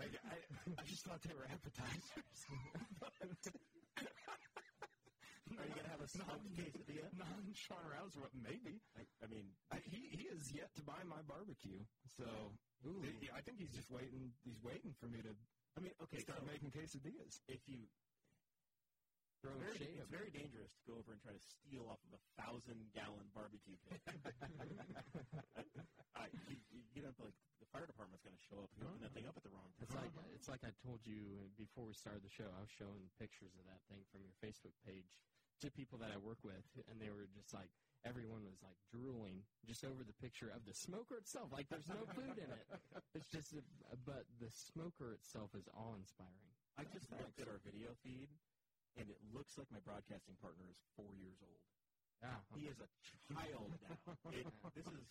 Speaker 3: like I, I just thought they were appetizers.
Speaker 2: Are you gonna have a smoked quesadilla?
Speaker 3: Non Sean Rouse, what maybe?
Speaker 2: I, I mean,
Speaker 3: I, he he is yet to buy my barbecue, so he- I think he's just waiting. He's waiting for me to
Speaker 2: I mean, okay.
Speaker 3: start
Speaker 2: so
Speaker 3: making quesadillas.
Speaker 2: if you
Speaker 1: Throw
Speaker 2: Very-
Speaker 1: shade
Speaker 2: it's
Speaker 1: at
Speaker 2: very dangerous to go over and try to steal off of a thousand gallon barbecue pit. I, you, you get up like the fire department's going to show up and open that thing up at the wrong time.
Speaker 1: It's like it's like I told you before we started the show. I was showing pictures of that thing from your Facebook page to people that I work with, and they were just like, everyone was like drooling just over the picture of the smoker itself. Like there's no food in it. It's just, a, but the smoker itself is awe inspiring.
Speaker 2: I just looked at our video feed, and it looks like my broadcasting partner is four years old.
Speaker 1: Yeah,
Speaker 2: He is a child now. It, this is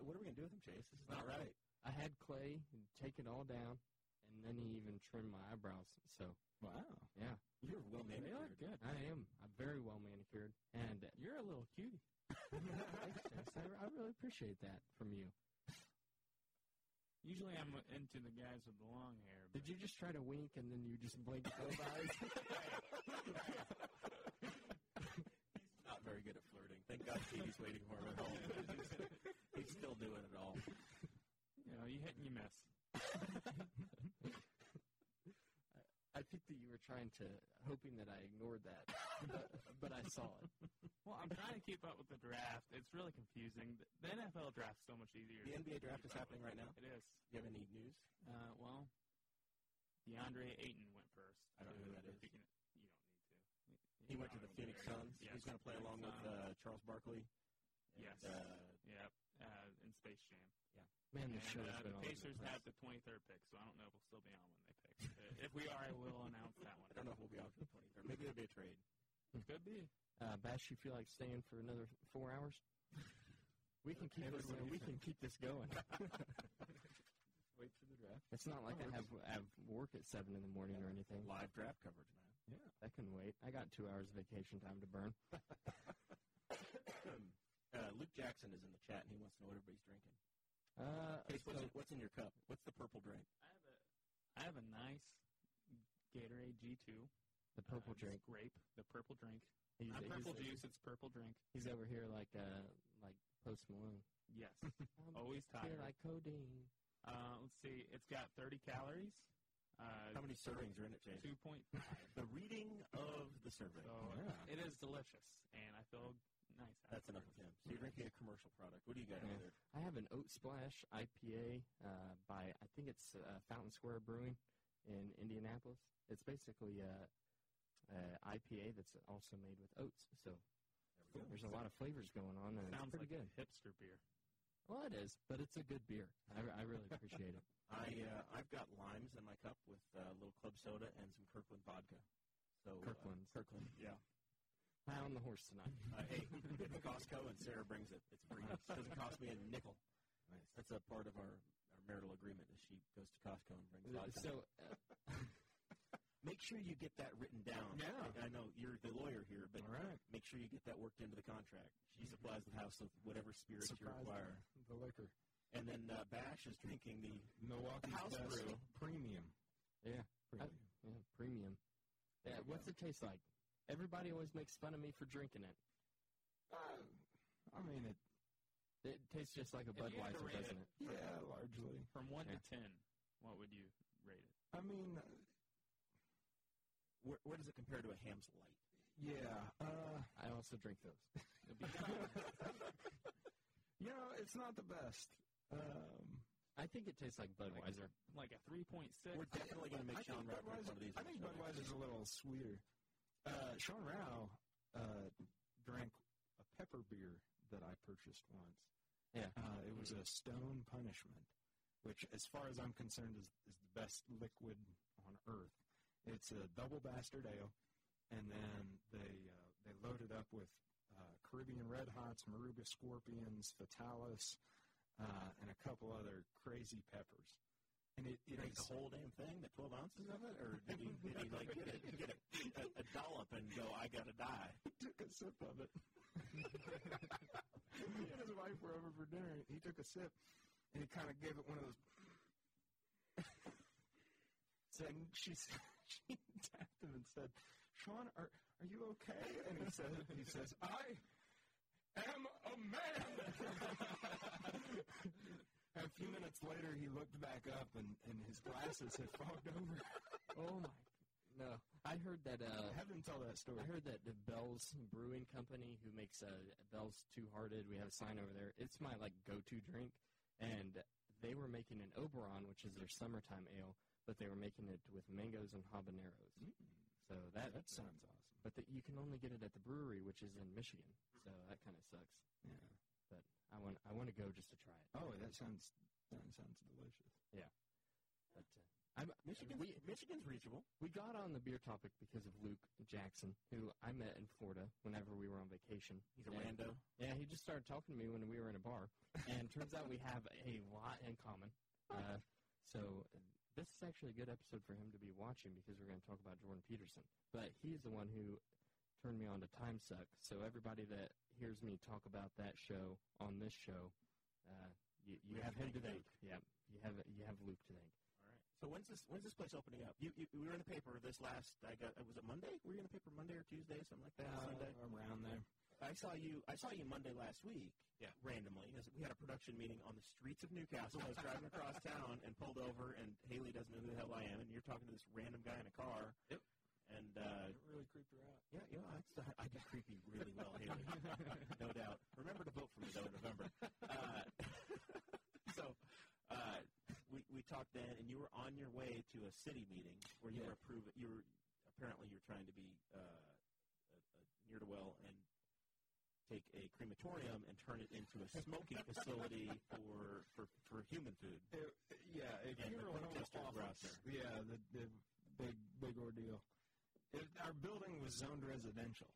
Speaker 2: what are we going to do with him, Chase? This is not right.
Speaker 1: I had Clay take it all down, and then he even trimmed my eyebrows. So
Speaker 3: Wow.
Speaker 1: yeah,
Speaker 2: You're well
Speaker 4: They
Speaker 2: manicured.
Speaker 4: look good.
Speaker 1: I am. I'm very well manicured, and
Speaker 4: You're a little cutie.
Speaker 1: thanks, Jess. I, I really appreciate that from you.
Speaker 4: Usually I'm into the guys with the long hair.
Speaker 1: Did you just try to wink and then you just blinked both eyes?
Speaker 2: Not very good at flirting. Thank God Katie's waiting for him at home. He's still doing it all.
Speaker 4: You know, you hit and you miss.
Speaker 1: I think that you were trying to, hoping that I ignored that, but, but I saw it.
Speaker 4: Well, I'm trying to keep up with the draft. It's really confusing. The- The NFL draft's so much easier.
Speaker 2: The
Speaker 4: to
Speaker 2: NBA draft
Speaker 4: keep
Speaker 2: is
Speaker 4: up
Speaker 2: happening
Speaker 4: with.
Speaker 2: right now?
Speaker 4: It is.
Speaker 2: Do you have any news?
Speaker 4: Uh, well, DeAndre Ayton went first.
Speaker 2: I don't know
Speaker 4: to
Speaker 2: who that
Speaker 4: the
Speaker 2: is.
Speaker 4: Phoenix- You don't need to.
Speaker 2: He went to the
Speaker 4: probably
Speaker 2: Phoenix
Speaker 4: won't care.
Speaker 2: Suns.
Speaker 4: Yes,
Speaker 2: He's going to play
Speaker 4: Phoenix
Speaker 2: along with
Speaker 4: Suns.
Speaker 2: uh, Charles Barkley. And,
Speaker 4: Yes.
Speaker 2: Uh,
Speaker 4: Yep. Uh, in Space Jam.
Speaker 1: Man,
Speaker 4: And,
Speaker 1: the show has
Speaker 4: uh,
Speaker 1: been
Speaker 4: the
Speaker 1: all over
Speaker 4: Pacers
Speaker 1: the
Speaker 4: have
Speaker 1: place.
Speaker 4: the 23rd pick, so I don't know if we'll still be on when they pick. Uh, if we are, I will announce that one.
Speaker 2: I don't know if we'll be out for the 23rd. Maybe there'll be a trade.
Speaker 4: Could be.
Speaker 1: Uh, Bash, you feel like staying for another four hours? We can keep this.
Speaker 3: Everyone,
Speaker 1: we can keep this going.
Speaker 3: Wait for the draft.
Speaker 1: It's not like I have I have work at seven in the morning or anything.
Speaker 2: Live draft coverage, man.
Speaker 1: I can wait. I got two hours of vacation time to burn.
Speaker 2: Uh, Luke Jackson is in the chat, and he wants to know what everybody's drinking.
Speaker 1: Uh,
Speaker 2: Case, what's, in, what's in your cup? What's the purple drink?
Speaker 4: I have a, I have a nice Gatorade G2.
Speaker 1: the
Speaker 4: uh,
Speaker 1: purple
Speaker 4: it's
Speaker 1: drink.
Speaker 4: Grape. The purple drink.
Speaker 1: He's,
Speaker 4: Not
Speaker 1: he's-
Speaker 4: purple juice, it's purple drink.
Speaker 1: He's over here like uh, like Post Malone.
Speaker 4: Yes.
Speaker 1: I'm
Speaker 4: Always
Speaker 1: here
Speaker 4: tired.
Speaker 1: like codeine.
Speaker 4: Uh, let's see. It's got 30 calories. Uh,
Speaker 2: How many servings are in it, Chase?
Speaker 4: 2.5.
Speaker 2: The reading of the survey.
Speaker 4: So it is delicious, and I feel nice.
Speaker 2: That's enough of him.
Speaker 4: afterwards.
Speaker 2: So you're drinking a commercial product. What do you got
Speaker 1: Yeah.
Speaker 2: over there?
Speaker 1: I have an Oat Splash IPA uh, by I think it's uh, Fountain Square Brewing in Indianapolis. It's basically a, a IPA that's also made with oats. So
Speaker 2: There we
Speaker 1: there's
Speaker 2: go.
Speaker 1: a lot of flavors going on, and it's
Speaker 4: Sounds
Speaker 1: pretty good.
Speaker 4: like a hipster beer.
Speaker 1: Well, it is, but it's a good beer. I, I really appreciate it.
Speaker 2: I uh, I've got limes in my cup with uh, a little club soda and some Kirkland vodka. So uh,
Speaker 1: Kirkland's.
Speaker 2: Kirkland. Yeah.
Speaker 1: High on the horse tonight.
Speaker 2: Uh, hey, it's Costco and Sarah brings it. It's free. It doesn't cost me a nickel. That's a part of our, our marital agreement. Is she goes to Costco and brings vodka.
Speaker 1: So uh,
Speaker 2: make sure you get that written down.
Speaker 3: Yeah.
Speaker 2: I, I know you're the lawyer here, but
Speaker 3: All right.
Speaker 2: make sure you get that worked into the contract. She supplies the house with whatever spirits you
Speaker 3: Surprise
Speaker 2: require.
Speaker 3: the liquor.
Speaker 2: And then uh, Bash is drinking the
Speaker 3: Milwaukee
Speaker 2: House
Speaker 3: Best
Speaker 2: brew.
Speaker 3: Premium.
Speaker 1: Yeah.
Speaker 3: Premium.
Speaker 1: yeah, premium.
Speaker 2: There
Speaker 1: Yeah,
Speaker 2: we
Speaker 1: what's
Speaker 2: go.
Speaker 1: it taste like? Everybody always makes fun of me for drinking it.
Speaker 3: Uh, I mean, it,
Speaker 1: It tastes just like a
Speaker 4: If you had to
Speaker 1: Budweiser,
Speaker 4: rate it
Speaker 1: doesn't it?
Speaker 3: yeah, largely.
Speaker 4: From 1
Speaker 1: Yeah.
Speaker 4: to 10, what would you rate it?
Speaker 3: I mean,
Speaker 2: where, where does it compare to a Ham's Light?
Speaker 3: yeah. Uh,
Speaker 1: I also drink those.
Speaker 4: It'd be-
Speaker 3: you know, it's not the best. Um,
Speaker 1: I think it tastes like Budweiser.
Speaker 4: like a 3.6.
Speaker 2: We're definitely going to
Speaker 3: I
Speaker 2: make
Speaker 3: think
Speaker 2: Sean Rock drink
Speaker 3: Budweiser.
Speaker 2: one of these.
Speaker 3: I think
Speaker 2: on the show.
Speaker 3: Budweiser's a little sweeter. Uh, Sean Rao uh, drank a pepper beer that I purchased once.
Speaker 1: Yeah.
Speaker 3: Uh, it was a Stone Punishment, which, as far as I'm concerned, is, is the best liquid on earth. It's a double bastard ale, and then they uh, they load it up with uh, Caribbean Red Hots, Maruga Scorpions, Fatalis, uh, and a couple other crazy peppers. And it,
Speaker 2: You
Speaker 3: it
Speaker 2: drank
Speaker 3: is
Speaker 2: the whole damn thing, the 12 ounces of it? Or did he, did he like, get, a, get a, a dollop and go, I gotta die?
Speaker 3: took a sip of it. Me and his wife were over for dinner. and He took a sip, and he kind of gave it one of those. said, and she s- she tapped him and said, "Sean, are are you okay?" And he said, "He says, I am a man." And A few minutes later, he looked back up, and, and his glasses had fogged over.
Speaker 1: Oh my! No, I heard that. Uh,
Speaker 3: Have him tell that story.
Speaker 1: I heard that the Bell's Brewing Company, who makes uh, Bell's Two Hearted, we have a sign over there. It's my like go-to drink, and they were making an Oberon, which is their summertime ale, but they were making it with mangoes and habaneros. So Mm. that uh,
Speaker 3: that sounds awesome.
Speaker 1: But that you can only get it at the brewery, which is in Michigan. So that kind of sucks.
Speaker 3: Yeah.
Speaker 1: I want I want to go just to try it.
Speaker 3: Oh, that sounds that sounds delicious.
Speaker 1: But uh, I'm,
Speaker 2: Michigan's,
Speaker 1: we,
Speaker 2: Michigan's reachable.
Speaker 1: we got on the beer topic because of Luke Jackson, who I met in Florida whenever we were on vacation.
Speaker 2: He's a
Speaker 1: Yeah.
Speaker 2: rando.
Speaker 1: Yeah, he just started talking to me when we were in a bar, and turns out we have a lot in common. Uh, so this is actually a good episode for him to be watching because we're going to talk about Jordan Peterson. But he's the one who turned me on to Time Suck. So everybody that hears me talk about that show on this show, uh, you, you
Speaker 2: We
Speaker 1: have
Speaker 2: have to
Speaker 1: him to
Speaker 2: thank Luke.
Speaker 1: thank. Yeah, you have you have Luke to thank.
Speaker 2: All right. So when's this when's this place opening up? You, you we were in the paper this last. I got was it Monday? Were you in the paper Monday or Tuesday, something like that? Sunday.
Speaker 3: around there.
Speaker 2: I saw you. I saw you Monday last week. Yeah. Randomly, as we had a production meeting on the streets of Newcastle. I was driving across town and pulled over, and Haley doesn't know who the hell I am, and you're talking to this random guy in a car.
Speaker 4: Yep.
Speaker 2: And uh,
Speaker 3: it really creeped her out.
Speaker 2: yeah, you know, I, I get creepy really well, Haley. no doubt. Remember to vote for me though in November. Uh, so. Uh, we, we talked then, and you were on your way to a city meeting where you
Speaker 1: Yeah.
Speaker 2: were approving. You were apparently you're trying to be uh, a, a near to well and take a crematorium and turn it into a smoking facility for, for for human food.
Speaker 3: It, yeah, a
Speaker 2: the
Speaker 3: funeral home
Speaker 2: protesters were out
Speaker 3: office. Yeah, the, the big big ordeal. It, our building was zoned residential,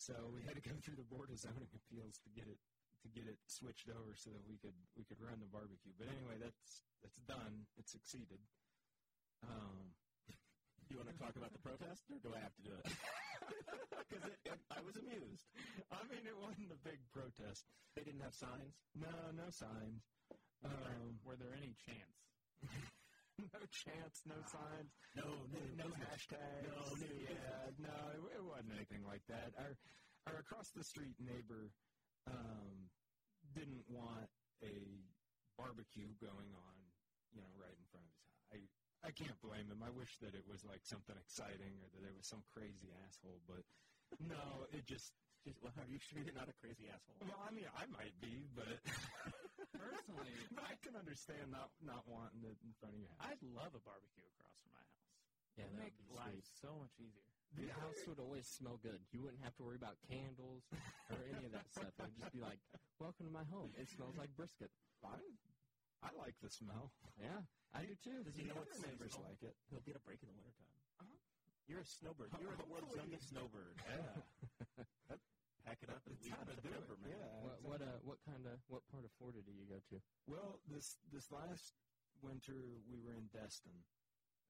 Speaker 3: so we had to go through the board of zoning appeals to get it to get it switched over so that we could we could run the barbecue. But anyway, that's that's done. It succeeded. Um,
Speaker 2: You want to talk about the protest, or do I have to do it? Because I was amused.
Speaker 3: I mean, it wasn't a big protest.
Speaker 2: They didn't have signs.
Speaker 3: No, no signs. Um,
Speaker 4: Were there any chance?
Speaker 3: no chants, no signs.
Speaker 2: Ah, No,
Speaker 3: No, no
Speaker 2: business.
Speaker 3: hashtags.
Speaker 2: No new
Speaker 3: yeah, no, it, it wasn't anything like that. Our our across the street neighbor um, didn't want a barbecue going on, you know, right in front of his house. I I can't blame him. I wish that it was like something exciting or that it was some crazy asshole, but no, it just.
Speaker 2: Just, well, are you sure you're not a crazy asshole?
Speaker 3: Well, I mean, I might be, but
Speaker 4: Personally,
Speaker 3: but I can understand not not wanting it in front of your house.
Speaker 4: I'd love a barbecue across from my house.
Speaker 1: Yeah,
Speaker 4: It'd
Speaker 1: that
Speaker 4: make
Speaker 1: would be
Speaker 4: life so much easier.
Speaker 1: The house would always smell good. You wouldn't have to worry about candles or any of that stuff. It would just be like, "Welcome to my home. It smells like brisket."
Speaker 3: I, I like the smell.
Speaker 1: Yeah, I do too.
Speaker 2: Does he know
Speaker 3: The
Speaker 2: what
Speaker 3: other neighbors
Speaker 2: seasonal?
Speaker 3: like it.
Speaker 2: He'll get a break in the wintertime.
Speaker 3: Uh-huh.
Speaker 2: You're a snowbird.
Speaker 3: Ho-
Speaker 2: You're the world's
Speaker 3: hopefully.
Speaker 2: youngest snowbird.
Speaker 3: Yeah.
Speaker 2: Pack it up and
Speaker 3: It's
Speaker 2: leave
Speaker 3: how
Speaker 2: in
Speaker 3: to do
Speaker 2: September,
Speaker 3: it,
Speaker 2: man.
Speaker 3: yeah.
Speaker 1: What what uh, what kind of what part of Florida do you go to?
Speaker 3: Well, this this last winter we were in Destin,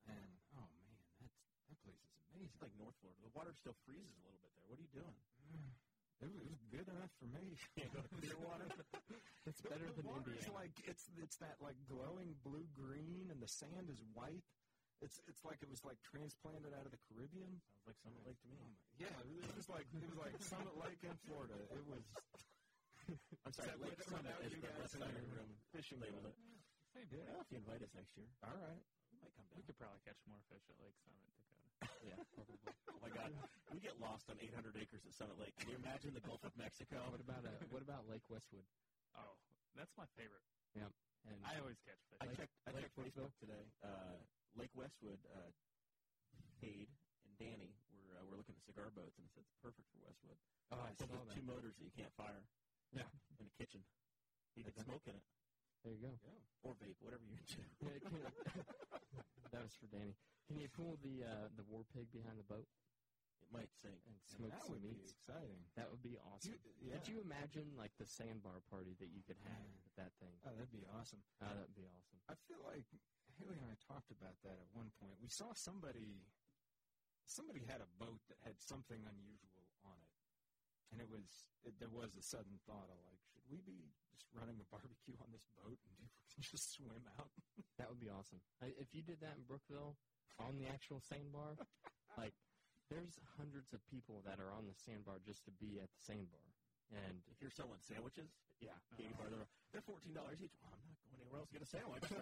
Speaker 3: and oh man, that's that place is
Speaker 2: It's
Speaker 3: amazing.
Speaker 2: like North Florida. The water still freezes a little bit there. What are you doing?
Speaker 3: It was, it was good enough for me.
Speaker 2: Can't go to Clearwater.
Speaker 1: It's
Speaker 3: The-
Speaker 1: better
Speaker 3: the
Speaker 1: than
Speaker 3: water's
Speaker 1: Indiana.
Speaker 3: like it's it's that like glowing blue green, and the sand is white. It's it's like it was like transplanted out of the Caribbean.
Speaker 2: Sounds like Summit Lake to me.
Speaker 3: Oh my- yeah, it was like it was like Summit Lake in Florida. It was
Speaker 2: I'm sorry,
Speaker 3: Except
Speaker 2: Lake
Speaker 3: with-
Speaker 2: Summit
Speaker 3: without
Speaker 2: is the
Speaker 3: you guys
Speaker 2: left
Speaker 3: in
Speaker 2: side
Speaker 3: your
Speaker 2: of the room. Fishing label it.
Speaker 4: Same
Speaker 3: Yeah.
Speaker 4: place.
Speaker 2: Well, if you invite us next year,
Speaker 3: all right.
Speaker 2: we might come
Speaker 4: We
Speaker 2: down.
Speaker 4: could probably catch more fish at Lake Summit, Dakota.
Speaker 1: yeah, probably.
Speaker 2: Oh my God, we get lost on 800 acres at Summit Lake. Can you imagine the Gulf of Mexico?
Speaker 1: What about uh, what about Lake Westwood?
Speaker 4: Oh, that's my favorite.
Speaker 1: And
Speaker 4: I always catch
Speaker 2: I
Speaker 4: fish.
Speaker 2: checked. I
Speaker 1: Lake
Speaker 2: checked Facebook today. Uh, Lake Westwood, uh, Cade and Danny were uh, were looking at cigar boats, and it said it's perfect for Westwood.
Speaker 1: oh, I
Speaker 2: Except
Speaker 1: saw
Speaker 2: there's
Speaker 1: that.
Speaker 2: two motors that you can't fire.
Speaker 1: Yeah.
Speaker 2: in a kitchen, you can
Speaker 1: That's-
Speaker 2: smoke in it
Speaker 1: There you go.
Speaker 2: or vape, whatever you're into.
Speaker 1: Yeah, can- that was for Danny. Can you pull the uh, the war pig behind the boat
Speaker 2: It might sink.
Speaker 1: and smoke
Speaker 3: that
Speaker 1: some
Speaker 3: would be
Speaker 1: meats?
Speaker 3: exciting.
Speaker 1: That would be awesome.
Speaker 3: You- yeah.
Speaker 1: Could you imagine like the sandbar party that you could have with that thing?
Speaker 3: Oh, that'd be awesome.
Speaker 1: Oh, that'd be awesome.
Speaker 3: I feel like Haley and I talked about that at one point. We saw somebody somebody had a boat that had something unusual on it. And it was it, there was a sudden thought of like, should we be just running a barbecue on this boat and people can just swim out?
Speaker 1: That would be awesome. I, if you did that in Brookville on the actual sandbar, like there's hundreds of people that are on the sandbar just to be at the sandbar. And
Speaker 2: If you're selling sandwiches,
Speaker 1: yeah,
Speaker 2: candy bar, they're- they're fourteen dollars each. Well, I'm not going anywhere else to get a sandwich. so.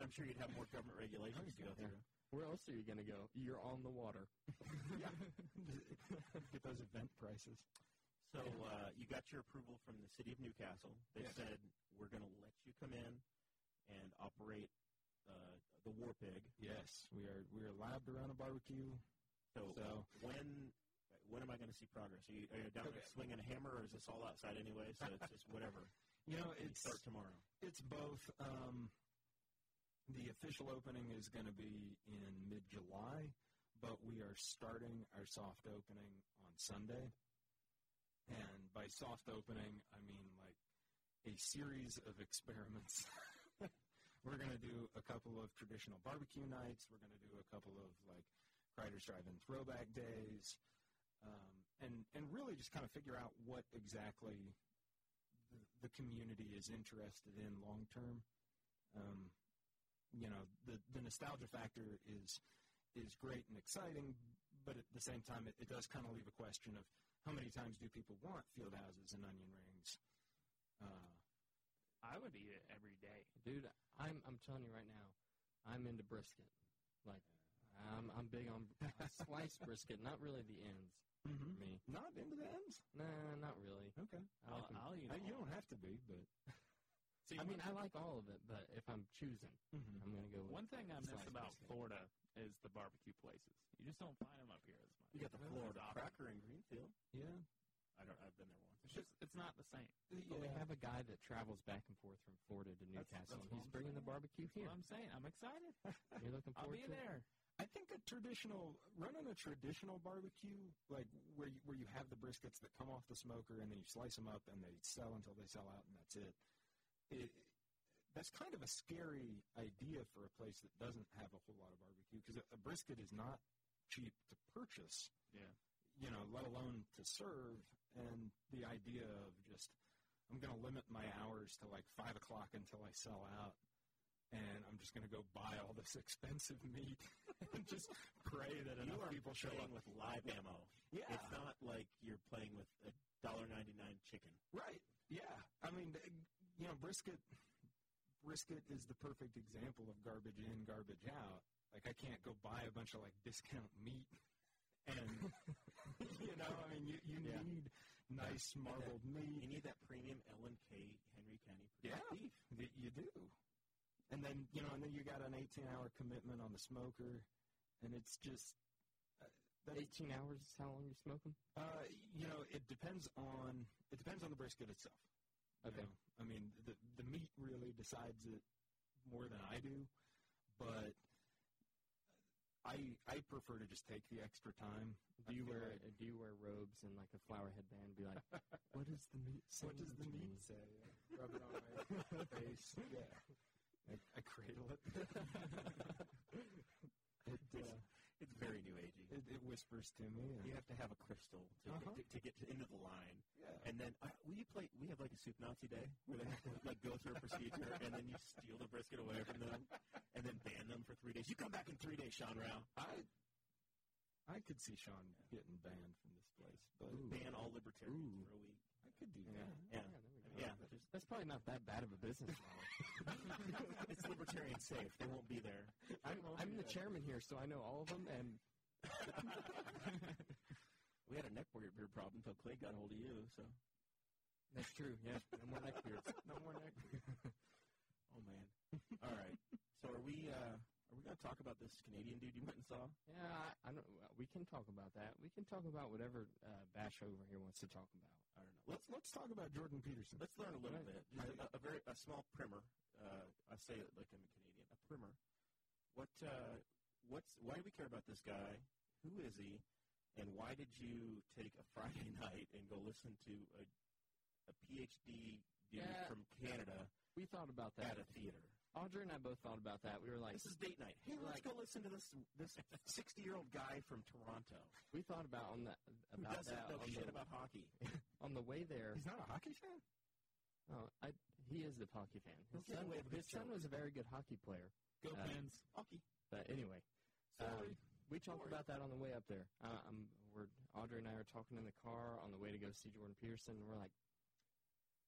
Speaker 2: I'm sure you'd have more government regulations to go
Speaker 1: Yeah.
Speaker 2: through.
Speaker 1: where else are you gonna go? You're on the water.
Speaker 3: Get those event prices.
Speaker 2: So uh, you got your approval from the city of Newcastle. They
Speaker 3: Yes.
Speaker 2: said we're going to let you come in and operate uh, the War Pig.
Speaker 3: Yes, we are we are allowed to run a barbecue.
Speaker 2: So,
Speaker 3: So-
Speaker 2: when when am I going to see progress? Are you, are you down there
Speaker 3: Okay.
Speaker 2: swinging a hammer, or is this all outside anyway? So it's just whatever.
Speaker 3: You know,
Speaker 2: You
Speaker 3: it's
Speaker 2: start tomorrow.
Speaker 3: It's both. Um, the official opening is going to be in mid July, but we are starting our soft opening on Sunday. And by soft opening, I mean like a series of experiments. We're going to do a couple of traditional barbecue nights. We're going to do a couple of like Crider's Drive-In Throwback Days, um, and and really just kind of figure out what exactly the, the community is interested in long term. Um, you know, the, the nostalgia factor is is great and exciting, but at the same time, it, it does kind of leave a question of how many times do people want field houses and onion rings? Uh,
Speaker 4: I would eat it every day.
Speaker 1: Dude, I'm I'm telling you right now, I'm into brisket. Like I'm I'm big on sliced brisket, not really the ends for
Speaker 2: Mm-hmm.
Speaker 3: mhm.
Speaker 1: me.
Speaker 3: Not into the ends.
Speaker 1: Nah, not really.
Speaker 3: Okay,
Speaker 1: I like 'em-
Speaker 4: I'll, I'll eat
Speaker 3: Uh,
Speaker 4: it.
Speaker 3: you don't have to be, but
Speaker 1: I
Speaker 4: See,
Speaker 1: mean, I like all of it, but if I'm choosing,
Speaker 2: Mm-hmm.
Speaker 1: I'm gonna go with
Speaker 4: One thing I miss
Speaker 1: Slice
Speaker 4: about
Speaker 1: biscuit.
Speaker 4: Florida is the barbecue places. You just don't find them up here as much.
Speaker 2: You got the
Speaker 4: It's
Speaker 2: Florida
Speaker 4: awesome.
Speaker 2: Cracker in Greenfield.
Speaker 3: yeah,
Speaker 2: I don't. I've been there once.
Speaker 4: It's just it's not the same.
Speaker 1: But we
Speaker 3: yeah.
Speaker 1: have a guy that travels back and forth from Florida to
Speaker 3: uh, That's-
Speaker 1: Newcastle.
Speaker 3: that's
Speaker 1: and He's
Speaker 3: awesome.
Speaker 1: bringing the barbecue
Speaker 4: That's
Speaker 1: here.
Speaker 4: what I'm saying. I'm excited.
Speaker 1: You're looking
Speaker 4: I'll
Speaker 1: forward
Speaker 4: be
Speaker 1: to it.
Speaker 4: there.
Speaker 3: I think a traditional running a traditional barbecue, like where you, where you have the briskets that come off the smoker and then you slice them up and they sell until they sell out and that's it. it that's kind of a scary idea for a place that doesn't have a whole lot of barbecue because a, a brisket is not cheap to purchase.
Speaker 4: Yeah.
Speaker 3: You know, let alone to serve, and the idea of just I'm going to limit my hours to like five o'clock until I sell out, and I'm just going to go buy all this expensive meat and just pray that
Speaker 2: you
Speaker 3: enough
Speaker 2: are
Speaker 3: people show
Speaker 2: playing
Speaker 3: up.
Speaker 2: with live ammo.
Speaker 3: Yeah,
Speaker 2: It's not like you're playing with a dollar ninety nine chicken.
Speaker 3: Right. Yeah. I mean, th- you know, brisket. Brisket is the perfect example of garbage in, garbage out. Like I can't go buy a bunch of like discount meat, and you know, I mean, you you
Speaker 2: Yeah.
Speaker 3: need nice marbled
Speaker 2: You
Speaker 3: meat.
Speaker 2: need that premium L and K Henry County.
Speaker 3: Yeah, y- you do. And then you know, and then you got an eighteen-hour commitment on the smoker, and it's just uh, that
Speaker 1: 18 hours is how long you're smoking?
Speaker 3: Uh, you know, it depends on it depends on the brisket itself. you
Speaker 1: Okay.
Speaker 3: know. I mean, the the meat really decides it more than I do, but I I prefer to just take the extra time.
Speaker 1: Do you
Speaker 3: feel
Speaker 1: wear
Speaker 3: like-
Speaker 1: do you wear robes and like a flower headband? Be like, what does the meat say?
Speaker 3: What does the
Speaker 1: to me?"
Speaker 3: meat say? Rub it on my face. Yeah. I, I cradle it. it, uh,
Speaker 2: It's very new agey.
Speaker 3: it. It whispers to me. and-
Speaker 2: You have to have a crystal to,
Speaker 3: Uh-huh.
Speaker 2: to, to get to, into the line,
Speaker 3: yeah.
Speaker 2: and then uh, we play. We have like a soup Nazi day where they have to like go through a procedure, and then you steal the brisket away from them, and then ban them for three days. You come back in three days, Sean Rao.
Speaker 3: I I could see Sean getting banned from this place, but
Speaker 2: Ban all libertarians
Speaker 1: Ooh.
Speaker 2: for a week.
Speaker 3: I could do
Speaker 1: Yeah.
Speaker 3: that.
Speaker 2: Yeah.
Speaker 1: Yeah. there we go.
Speaker 2: Yeah.
Speaker 1: Just- That's probably not that bad of a business model.
Speaker 2: it's libertarian safe. They won't be there.
Speaker 1: I'm, I'm the chairman here, so I know all of them, and
Speaker 2: we had a neck beard beard problem until Clay got hold of you. So oh,
Speaker 1: that's true. Yeah, no more neck beards.
Speaker 3: No more neck.
Speaker 2: oh man. All right. So are we? Uh, are we gonna talk about this Canadian dude you went and saw?
Speaker 1: Yeah, I, I don't. well, We can talk about that. We can talk about whatever uh, Bash over here wants to talk about.
Speaker 2: I don't know.
Speaker 3: Let's let's talk about Jordan Peterson.
Speaker 2: Let's learn a little
Speaker 1: Right.
Speaker 2: bit. Just a, a very a small primer. Uh, I say it like I'm a Canadian. A primer. What? Uh, what's? Why do we care about this guy? Who is he? And why did you take a Friday night and go listen to a, a PhD dude
Speaker 1: Yeah.
Speaker 2: from Canada
Speaker 1: We thought about
Speaker 2: at
Speaker 1: that.
Speaker 2: a theater?
Speaker 1: Audrey and I both thought about that. We were like,
Speaker 2: This is date night. Hey, let's
Speaker 1: Like-
Speaker 2: go listen to this this sixty year old guy from Toronto
Speaker 1: we thought about on that
Speaker 2: who
Speaker 1: about
Speaker 2: doesn't
Speaker 1: that
Speaker 2: know
Speaker 1: on,
Speaker 2: shit
Speaker 1: the,
Speaker 2: about hockey.
Speaker 1: on the way there.
Speaker 3: He's not a hockey fan.
Speaker 1: Oh, I, he is the hockey fan. His
Speaker 2: Okay,
Speaker 1: son,
Speaker 2: we have a good
Speaker 1: his son
Speaker 2: show.
Speaker 1: was a very good hockey player.
Speaker 4: Go
Speaker 1: Uh,
Speaker 4: Pens.
Speaker 2: Hockey.
Speaker 1: But anyway, um,
Speaker 3: Sorry.
Speaker 1: we talked
Speaker 2: Sorry.
Speaker 1: about that on the way up there. Uh, um, we're Audrey and I are talking in the car on the way to go see Jordan Peterson. And we're like,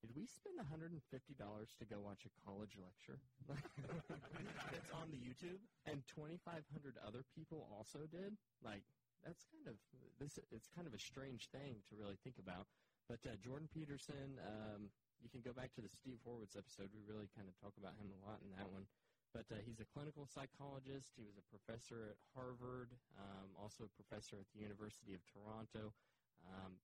Speaker 1: did we spend $150 to go watch a college lecture?
Speaker 2: it's on the YouTube.
Speaker 1: and 2,500 other people also did. Like that's kind of this. It's kind of a strange thing to really think about. But uh, Jordan Peterson, um, you can go back to the Steve Horwitz episode. We really kind of talk about him a lot in that one. But uh, he's a clinical psychologist. He was a professor at Harvard, um, also a professor at the University of Toronto. Um,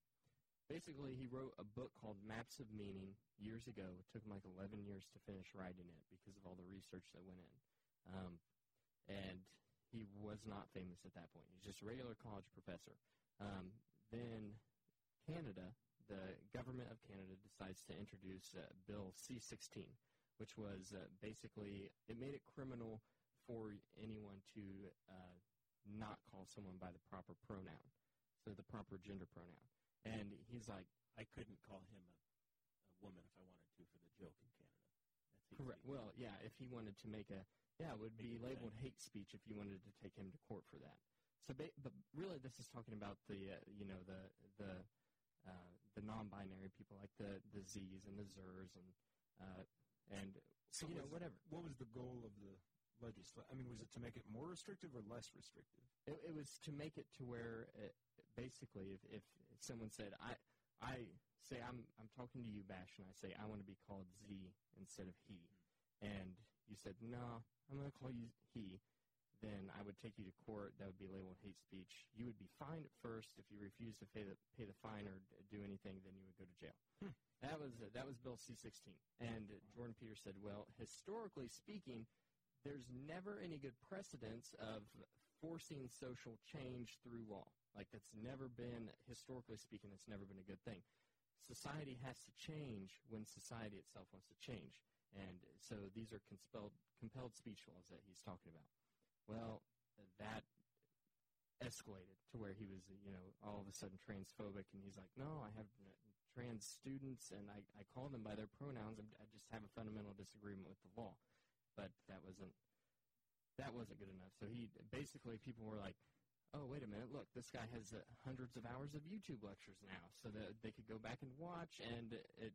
Speaker 1: basically, he wrote a book called Maps of Meaning years ago. It took him like 11 years to finish writing it because of all the research that went in. Um, and he was not famous at that point. He's just a regular college professor. Um, then Canada, the government of Canada, decides to introduce uh, Bill C-16, which was uh, basically it made it criminal for anyone to uh, not call someone by the proper pronoun, so the proper gender pronoun. And he's like,
Speaker 2: I couldn't call him a, a woman if I wanted to for the joke in Canada. That's hate
Speaker 1: Correct.
Speaker 2: speech.
Speaker 1: Well, yeah, if he wanted to make a yeah, it would
Speaker 2: Make
Speaker 1: be
Speaker 2: it a
Speaker 1: labeled hate speech if you wanted to take him to court for that. So, ba- but really, this is talking about the uh, you know the the uh, the non-binary people like the the Z's and the Zers and uh, and
Speaker 3: So
Speaker 1: you know
Speaker 3: was-
Speaker 1: whatever.
Speaker 3: What was the goal of the legislation? I mean, was it to make it more restrictive or less restrictive?
Speaker 1: It, it was to make it to where it, basically, if, if someone said, I, I say, I'm, I'm talking to you, Bash, and I say, I want to be called Z instead of he, and you said, no, I'm going to call you he, then I would take you to court. That would be labeled hate speech. You would be fined at first. If you refused to pay the, pay the fine or d- do anything, then you would go to jail. That was that was Bill C-16, and Jordan Peters said, "Well, historically speaking, there's never any good precedence of forcing social change through law. Like that's never been historically speaking, that's never been a good thing. Society has to change when society itself wants to change, and so these are compelled compelled speech laws that he's talking about. Well, that escalated to where he was, you know, all of a sudden transphobic, and he's like, "No, I have n- trans students, and I, I call them by their pronouns. I'm, I just have a fundamental disagreement with the law." But that wasn't that wasn't good enough. So he basically people were like, "Oh, wait a minute! Look, this guy has uh, hundreds of hours of YouTube lectures now, so that they could go back and watch." And it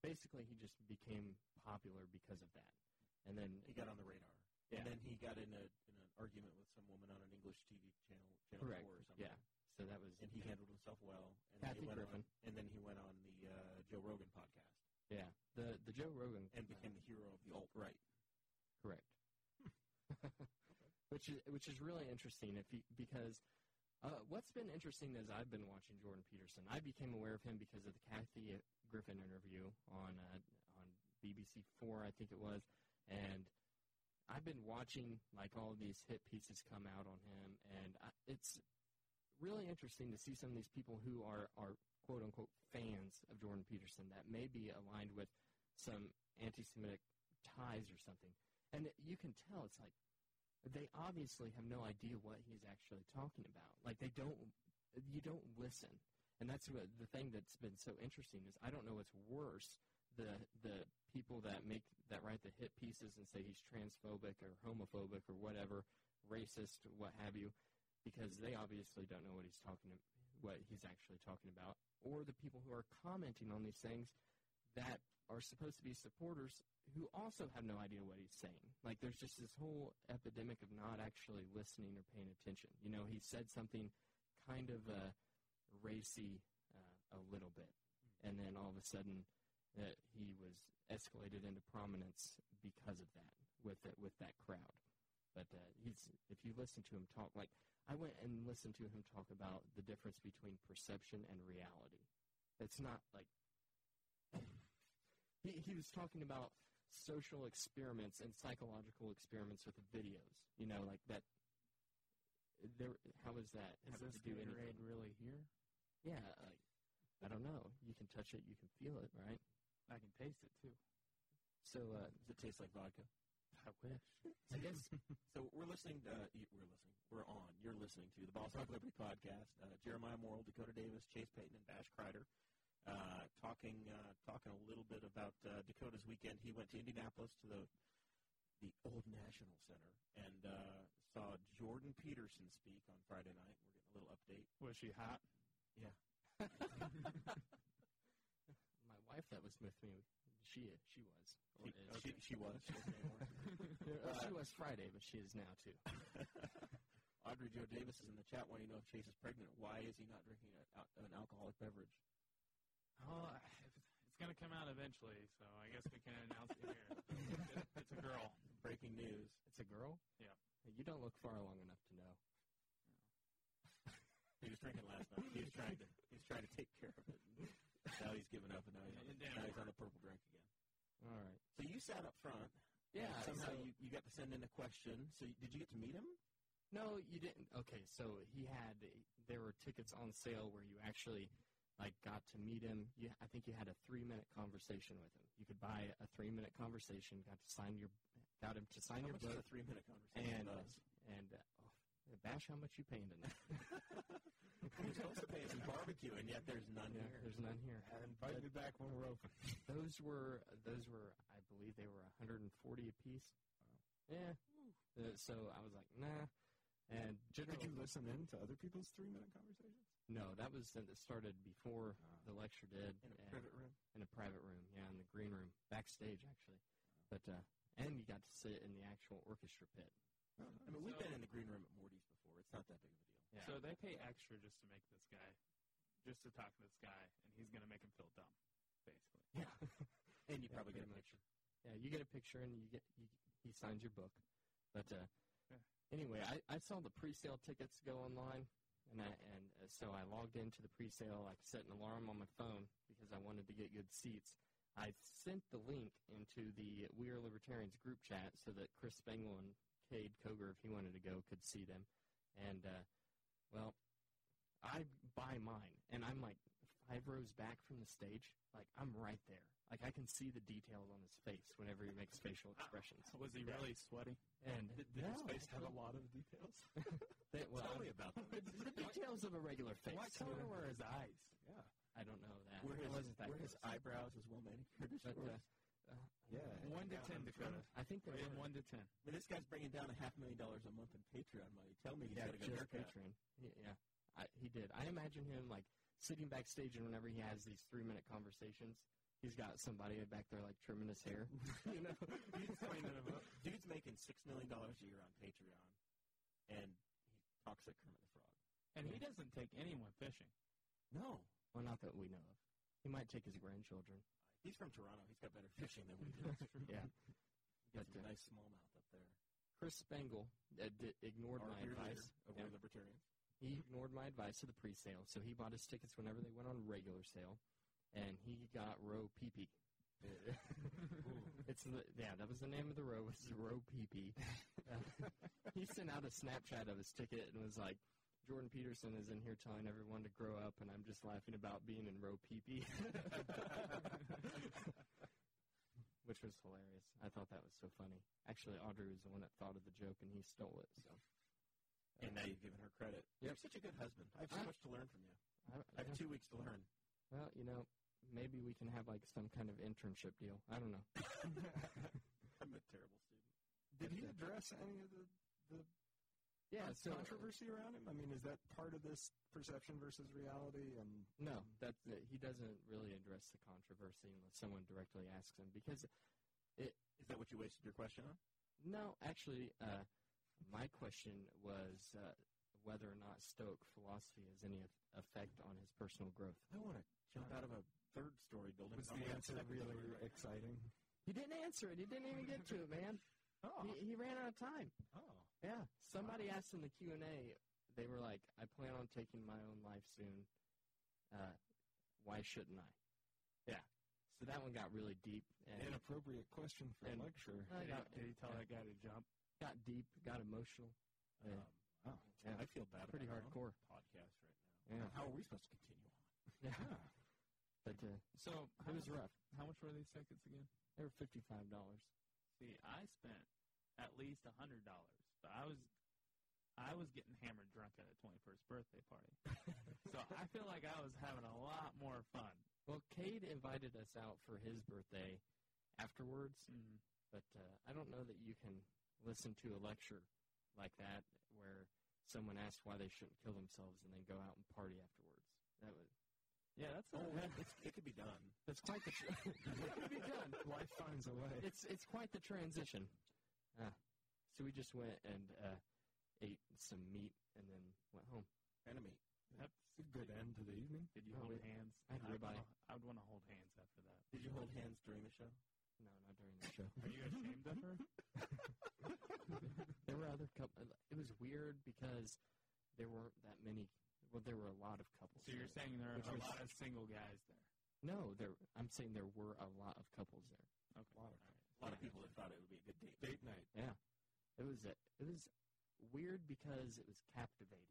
Speaker 1: basically he just became popular because of that. And then
Speaker 2: He got on the radar.
Speaker 1: Yeah.
Speaker 2: And then he got in, a, in an argument with some woman on an English TV channel, channel
Speaker 1: Correct.
Speaker 2: four or something.
Speaker 1: yeah, so that was
Speaker 2: And he handled himself well. And then he
Speaker 1: Kathy
Speaker 2: went
Speaker 1: Griffin.
Speaker 2: On, and then he went on the uh, Joe Rogan podcast
Speaker 1: yeah the the Joe Rogan
Speaker 2: and
Speaker 1: uh,
Speaker 2: became the hero of the alt right.
Speaker 1: Correct. Hmm. which is which is really interesting if you, because uh, what's been interesting is I've been watching Jordan Peterson. I became aware of him because of the Kathy Griffin interview on uh, on BBC Four, I think it was, and I've been watching like all these hit pieces come out on him, and I, it's really interesting to see some of these people who are are quote unquote fans of Jordan Peterson that may be aligned with some anti-Semitic ties or something. And it- you can tell it's like they obviously have no idea what he's actually talking about. Like they don't, you don't listen. And that's what the thing that's been so interesting is I don't know what's worse the the people that make that write the hit pieces and say he's transphobic or homophobic or whatever, racist, what have you, because they obviously don't know what he's talking what he's actually talking about, or the people who are commenting on these things that are supposed to be supporters who also have no idea what he's saying. Like there's just this whole epidemic of not actually listening or paying attention. You know, he said something kind of uh, racy uh, a little bit, and then all of a sudden uh, he was escalated into prominence because of that with that with that crowd. But uh, he's if you listen to him talk, like I went and listened to him talk about the difference between perception and reality. It's not like he, he was talking about social experiments and psychological experiments with the videos. You know, like that. There, how is that?
Speaker 4: Is
Speaker 1: having to
Speaker 4: this
Speaker 1: do anything?
Speaker 4: Gatorade really here?
Speaker 1: Yeah, like I don't know. You can touch it, you can feel it, right?
Speaker 4: I can taste it too.
Speaker 1: So uh,
Speaker 2: Does it taste like vodka?
Speaker 4: I wish.
Speaker 1: I guess
Speaker 2: So we're listening. To, uh, y- we're listening. We're on. You're listening to the Boss Talk Liberty podcast. Uh, Jeremiah Morrill, Dakota Davis, Chase Payton, and Bash Kreider uh, talking uh, talking a little bit about uh, Dakota's weekend. He went to Indianapolis to the the old National Center and uh, saw Jordan Peterson speak on Friday night. We're getting a little update.
Speaker 4: Was she hot?
Speaker 1: my wife that was with me, she she was. Or
Speaker 2: She,
Speaker 1: Oh, is.
Speaker 2: she, she was she wasn't anymore.
Speaker 1: Uh, she was Friday, but she is now too.
Speaker 2: Audrey Joe Davis is in the chat. wanting to know if Chase is pregnant? Why is he not drinking a, an alcoholic beverage?
Speaker 4: Oh, it's going to come out eventually, so I guess we can announce it here. It's- it's a girl.
Speaker 2: Breaking news.
Speaker 1: It's a girl.
Speaker 4: Yeah.
Speaker 1: You don't look far long enough to know.
Speaker 2: He was drinking last night. He was trying to he was trying to take care of it. Now he's given up, and now he's on,
Speaker 4: Yeah,
Speaker 2: now he's on a purple drink again.
Speaker 1: All right.
Speaker 2: So you sat up front.
Speaker 1: Yeah.
Speaker 2: and somehow
Speaker 1: so-
Speaker 2: you, you got to send in a question. So you, did you get to meet him?
Speaker 1: No, you didn't. Okay, so he had there were tickets on sale where you actually like got to meet him. You, I think you had a three minute conversation with him. You could buy a three minute conversation. Got to sign your got him to sign
Speaker 2: How
Speaker 1: your
Speaker 2: much is
Speaker 1: book
Speaker 2: a three minute conversation?
Speaker 1: and uh,
Speaker 2: was?
Speaker 1: and uh, oh, bash how much you paying tonight.
Speaker 2: we're supposed to pay some barbecue, and yet there's none
Speaker 1: yeah,
Speaker 2: here.
Speaker 1: there's none here.
Speaker 3: Invite me back when we're open.
Speaker 1: Those were those were I believe they were 140 a piece. Yeah. Uh, so I was like, nah. And general,
Speaker 3: Did you listen in to other people's three minute conversations?
Speaker 1: No, that was that started before the lecture did.
Speaker 2: In a
Speaker 1: and-
Speaker 2: private room.
Speaker 1: in a private room, yeah, in the green room, backstage actually. But uh, and you got to sit in the actual orchestra pit.
Speaker 2: I mean, we've been in the green room at Morty's before. It's not that big of a deal.
Speaker 1: Yeah.
Speaker 4: So they pay extra just to make this guy, just to talk to this guy, and he's going to make him feel dumb, basically.
Speaker 1: yeah,
Speaker 2: And you
Speaker 1: Yeah,
Speaker 2: probably get a
Speaker 1: pretty much.
Speaker 2: picture.
Speaker 1: yeah, you get a picture and you get you, he signs your book. But uh,
Speaker 4: Yeah.
Speaker 1: anyway, I, I saw the pre-sale tickets go online, and I and uh, so I logged into the pre-sale. I set an alarm on my phone because I wanted to get good seats. I sent the link into the We Are Libertarians group chat so that Chris Spangle and Cade Koger, if he wanted to go, could see them. And uh, well, I buy mine, and I'm like five rows back from the stage, like I'm right there. Like I can see the details on his face whenever he makes facial expressions.
Speaker 4: Was he
Speaker 1: Yeah.
Speaker 4: really sweaty?
Speaker 1: And
Speaker 4: Did, did his
Speaker 1: No,
Speaker 4: face have a
Speaker 1: actually-
Speaker 4: lot of details?
Speaker 1: they, well,
Speaker 2: Tell me about that.
Speaker 1: the details of a regular face.
Speaker 4: What color were his eyes?
Speaker 3: Yeah.
Speaker 1: I don't know that.
Speaker 2: Were
Speaker 1: I
Speaker 2: his,
Speaker 1: wasn't that
Speaker 2: were his
Speaker 1: close.
Speaker 2: eyebrows as well manicured? as
Speaker 1: But,
Speaker 2: yours?
Speaker 1: uh,
Speaker 3: Yeah.
Speaker 4: One to
Speaker 2: Yeah,
Speaker 4: ten,
Speaker 2: I'm
Speaker 4: Dakota.
Speaker 1: I think they
Speaker 4: Rated
Speaker 1: were.
Speaker 4: one to ten.
Speaker 2: I mean, this guy's bringing down a half million dollars a month in Patreon money. Tell me he's
Speaker 1: yeah,
Speaker 2: got a good
Speaker 1: just
Speaker 2: haircut.
Speaker 1: Patreon. Y- Yeah, I, he did. I imagine him like sitting backstage, and whenever he has these three-minute conversations, he's got somebody back there like trimming his hair. you know,
Speaker 2: Dude's making six million dollars a year on Patreon, and he talks like Kermit the Frog.
Speaker 4: And he doesn't take anyone fishing.
Speaker 2: No,
Speaker 1: Well, not that we know of. He might take his grandchildren.
Speaker 2: he's from Toronto. He's got better fishing than we do.
Speaker 1: Yeah.
Speaker 2: got
Speaker 1: But,
Speaker 2: some
Speaker 1: uh,
Speaker 2: nice smallmouth up there.
Speaker 1: Chris Spangle uh, d- ignored
Speaker 2: Our
Speaker 1: my
Speaker 2: beer
Speaker 1: advice.
Speaker 2: leader of
Speaker 1: Yeah.
Speaker 2: We're Libertarians.
Speaker 1: He ignored my advice to the pre-sale, so he bought his tickets whenever they went on regular sale, and he got row PP. it's the, yeah, that was the name of the row was row PP. Uh, he sent out a Snapchat of his ticket and was like, "Jordan Peterson is in here telling everyone to grow up, and I'm just laughing about being in row PP," which was hilarious. I thought that was so funny. Actually, Audrey was the one that thought of the joke, and he stole it. So
Speaker 2: And now you've given her credit.
Speaker 1: Yep.
Speaker 2: You're such a good husband. I have so
Speaker 1: I'm-
Speaker 2: much to learn from you. I
Speaker 1: I,
Speaker 2: have two weeks to learn.
Speaker 1: Well, you know, maybe we can have like some kind of internship deal. I don't know.
Speaker 2: I'm a terrible student.
Speaker 3: Did he address any of the, the
Speaker 1: uh, Yeah.
Speaker 3: con-
Speaker 1: So uh,
Speaker 3: controversy around him? I mean, is that part of this perception versus reality? And
Speaker 1: no, Um, that's it. he doesn't really address the controversy unless someone directly asks him. Because
Speaker 2: Is that what you wasted your question on?
Speaker 1: no, actually, uh, my question was uh, whether or not Stoic philosophy has any eff- effect on his personal growth.
Speaker 2: I want to
Speaker 1: Uh,
Speaker 2: jump out of a third story building.
Speaker 3: was
Speaker 2: I'm
Speaker 3: the
Speaker 2: gonna
Speaker 3: answer
Speaker 2: have to-
Speaker 3: really exciting?
Speaker 1: He didn't answer it. He didn't even get to it, man.
Speaker 3: Oh,
Speaker 1: He, he ran out of time.
Speaker 3: oh.
Speaker 1: Yeah. Somebody asked in the Q and A. They were like, "I plan on taking my own life soon. Uh, why shouldn't I?" Yeah. So that one got really deep and
Speaker 3: Inappropriate question for
Speaker 1: And-
Speaker 3: a lecture.
Speaker 1: I
Speaker 4: Did he,
Speaker 1: got,
Speaker 4: did he tell that guy to jump?
Speaker 1: got deep, got emotional. Yeah.
Speaker 2: Um,
Speaker 3: Oh.
Speaker 1: Yeah.
Speaker 2: I feel bad.
Speaker 1: Pretty
Speaker 2: about our
Speaker 1: hardcore.
Speaker 2: own podcast right now.
Speaker 1: Yeah.
Speaker 2: How are we supposed to continue on?
Speaker 1: Yeah. But uh,
Speaker 4: So
Speaker 1: it was rough.
Speaker 4: How much were these tickets again?
Speaker 1: They were fifty-five dollars.
Speaker 4: See, I spent at least a hundred dollars, but I was I was getting hammered drunk at a twenty first birthday party. so I feel like I was having a lot more fun.
Speaker 1: Well, Cade invited us out for his birthday afterwards,
Speaker 4: Mm-hmm.
Speaker 1: but uh, I don't know that you can listen to a lecture like that where someone asks why they shouldn't kill themselves and then go out and party afterwards. That was
Speaker 4: Yeah, that's
Speaker 2: Oh, it's, it could be done.
Speaker 1: That's quite the. Tr- it could be done.
Speaker 3: Life finds a way.
Speaker 1: It's it's quite the transition. Uh, so we just went and uh, ate some meat and then went home.
Speaker 2: Enemy.
Speaker 4: that's
Speaker 3: It's a good end to the evening.
Speaker 4: Did you
Speaker 1: No,
Speaker 4: hold
Speaker 1: we-
Speaker 4: hands?
Speaker 1: I had
Speaker 4: I'd
Speaker 1: ribeye.
Speaker 4: wanna- Oh. I would want to hold hands after that.
Speaker 2: Did you hold hands during the show?
Speaker 1: No, not during the show.
Speaker 4: Are you ashamed of her?
Speaker 1: there were other couple. It was weird because there weren't that many. Well, there were a lot of couples.
Speaker 4: So you're
Speaker 1: there.
Speaker 4: saying there are
Speaker 1: Which
Speaker 4: a
Speaker 1: was-
Speaker 4: lot of single guys there?
Speaker 1: no? There. I'm saying there were a lot of couples there.
Speaker 4: Okay.
Speaker 3: Wow.
Speaker 4: All right.
Speaker 2: A lot of people that thought it would be a good date. Date night.
Speaker 1: It was a, it was weird because it was captivating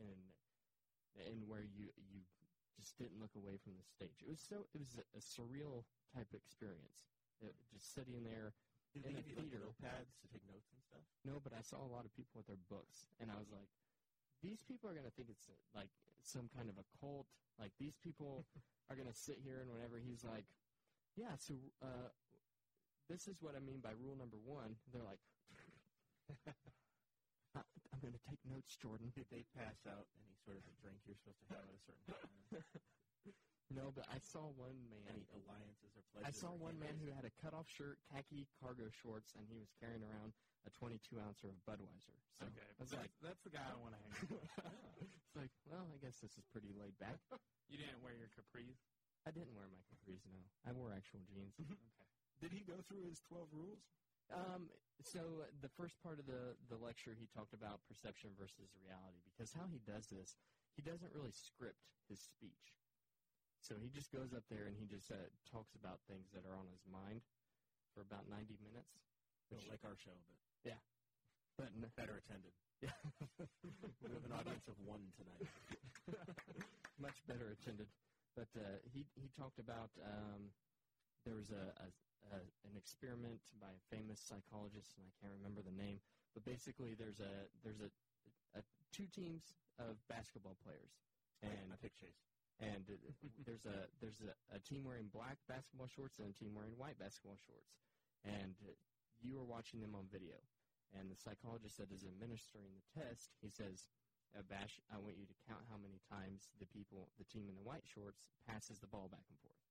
Speaker 1: and and where you you just didn't look away from the stage. It was so it was a, surreal type of experience. It, just sitting there.
Speaker 2: Did they
Speaker 1: In
Speaker 2: give
Speaker 1: a
Speaker 2: you like
Speaker 1: theater.
Speaker 2: notepads to take notes and stuff?
Speaker 1: No, but I saw a lot of people with their books, and I was like, these people are gonna think it's like some kind of a cult. Like these people are gonna sit here and whenever he's like, yeah, so uh, this is what I mean by rule number one. They're like. "I- I'm going to take notes, Jordan.
Speaker 2: Did they pass out any sort of a drink you're supposed to have at a certain time?
Speaker 1: No, but I saw one man.
Speaker 2: any alliances or
Speaker 1: I
Speaker 2: pledges?
Speaker 1: saw
Speaker 2: or
Speaker 1: one man
Speaker 2: anything?
Speaker 1: who had a cutoff shirt, khaki cargo shorts, and he was carrying around a 22 ouncer of Budweiser. So
Speaker 4: Okay.
Speaker 1: I was
Speaker 4: that's,
Speaker 1: like,
Speaker 4: that's the guy I want to hang out with.
Speaker 1: it's like, well, I guess this is pretty laid back.
Speaker 4: You didn't wear your capris?
Speaker 1: I didn't wear my capris. No, I wore actual jeans.
Speaker 4: Okay.
Speaker 3: Did he go through his 12 rules?
Speaker 1: Um, so uh, the first part of the, the lecture, he talked about perception versus reality because how he does this, he doesn't really script his speech. So he just goes up there and he just uh, talks about things that are on his mind for about 90 minutes.
Speaker 2: Well, like our show, but
Speaker 1: But n-
Speaker 2: better attended.
Speaker 1: yeah,
Speaker 2: We have an audience of one tonight.
Speaker 1: much better attended. But uh, he he talked about um, there was a, a, a an experiment by a famous psychologist, and I can't remember the name. But basically, there's a there's a, a two teams of basketball players, and
Speaker 2: I pick Chase.
Speaker 1: and uh, there's a there's a, a team wearing black basketball shorts and a team wearing white basketball shorts, and uh, you are watching them on video. And the psychologist that is administering the test, he says, uh, "Bash, I want you to count how many times the people, the team in the white shorts, passes the ball back and forth."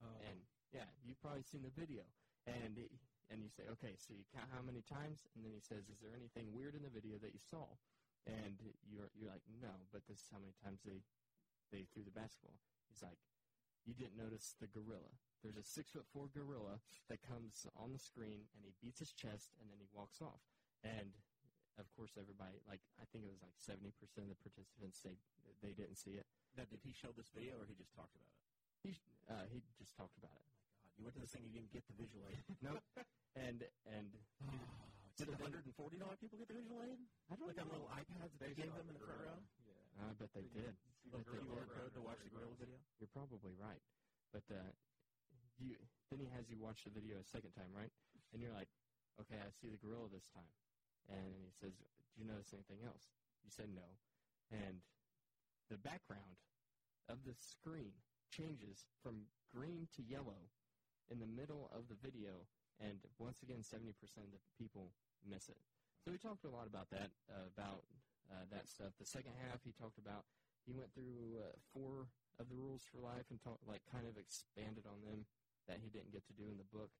Speaker 2: Oh.
Speaker 3: Um,
Speaker 1: And yeah, you've probably seen the video. And he- and you say, okay, so you count how many times, and then he says, is there anything weird in the video that you saw? And you're you're like, no, but this is how many times they they threw the basketball. He's like, you didn't notice the gorilla. There's a six foot four gorilla that comes on the screen, and he beats his chest, and then he walks off. And of course, everybody like I think it was like seventy percent of the participants say they didn't see it.
Speaker 2: Now, did he show this video or he just talked about it?
Speaker 1: Uh, he just talked about it.
Speaker 2: God, you went to this thing, you didn't get the visual aid.
Speaker 1: Nope. and and
Speaker 2: Did 140 dollar people get the visual aid?
Speaker 1: I don't
Speaker 2: Like on
Speaker 1: know.
Speaker 2: little iPads that
Speaker 3: they
Speaker 2: they gave
Speaker 3: shot
Speaker 2: them in the front row?
Speaker 3: Yeah.
Speaker 1: I bet they did.
Speaker 3: See
Speaker 2: Like
Speaker 1: But
Speaker 2: the
Speaker 3: the gorilla
Speaker 2: QR code to
Speaker 3: around
Speaker 2: watch the gorilla
Speaker 3: everywhere.
Speaker 2: video?
Speaker 1: You're probably right. But uh, you then he has you watch the video a second time, right? And you're like, okay, I see the gorilla this time. And he says, do you notice anything else? You said no. And the background of the screen changes from green to yellow in the middle of the video. And once again, 70% of the people miss it. So we talked a lot about that, uh, about uh, that stuff. The second half, he talked about he went through uh, four of the rules for life and talk, like kind of expanded on them that he didn't get to do in the book.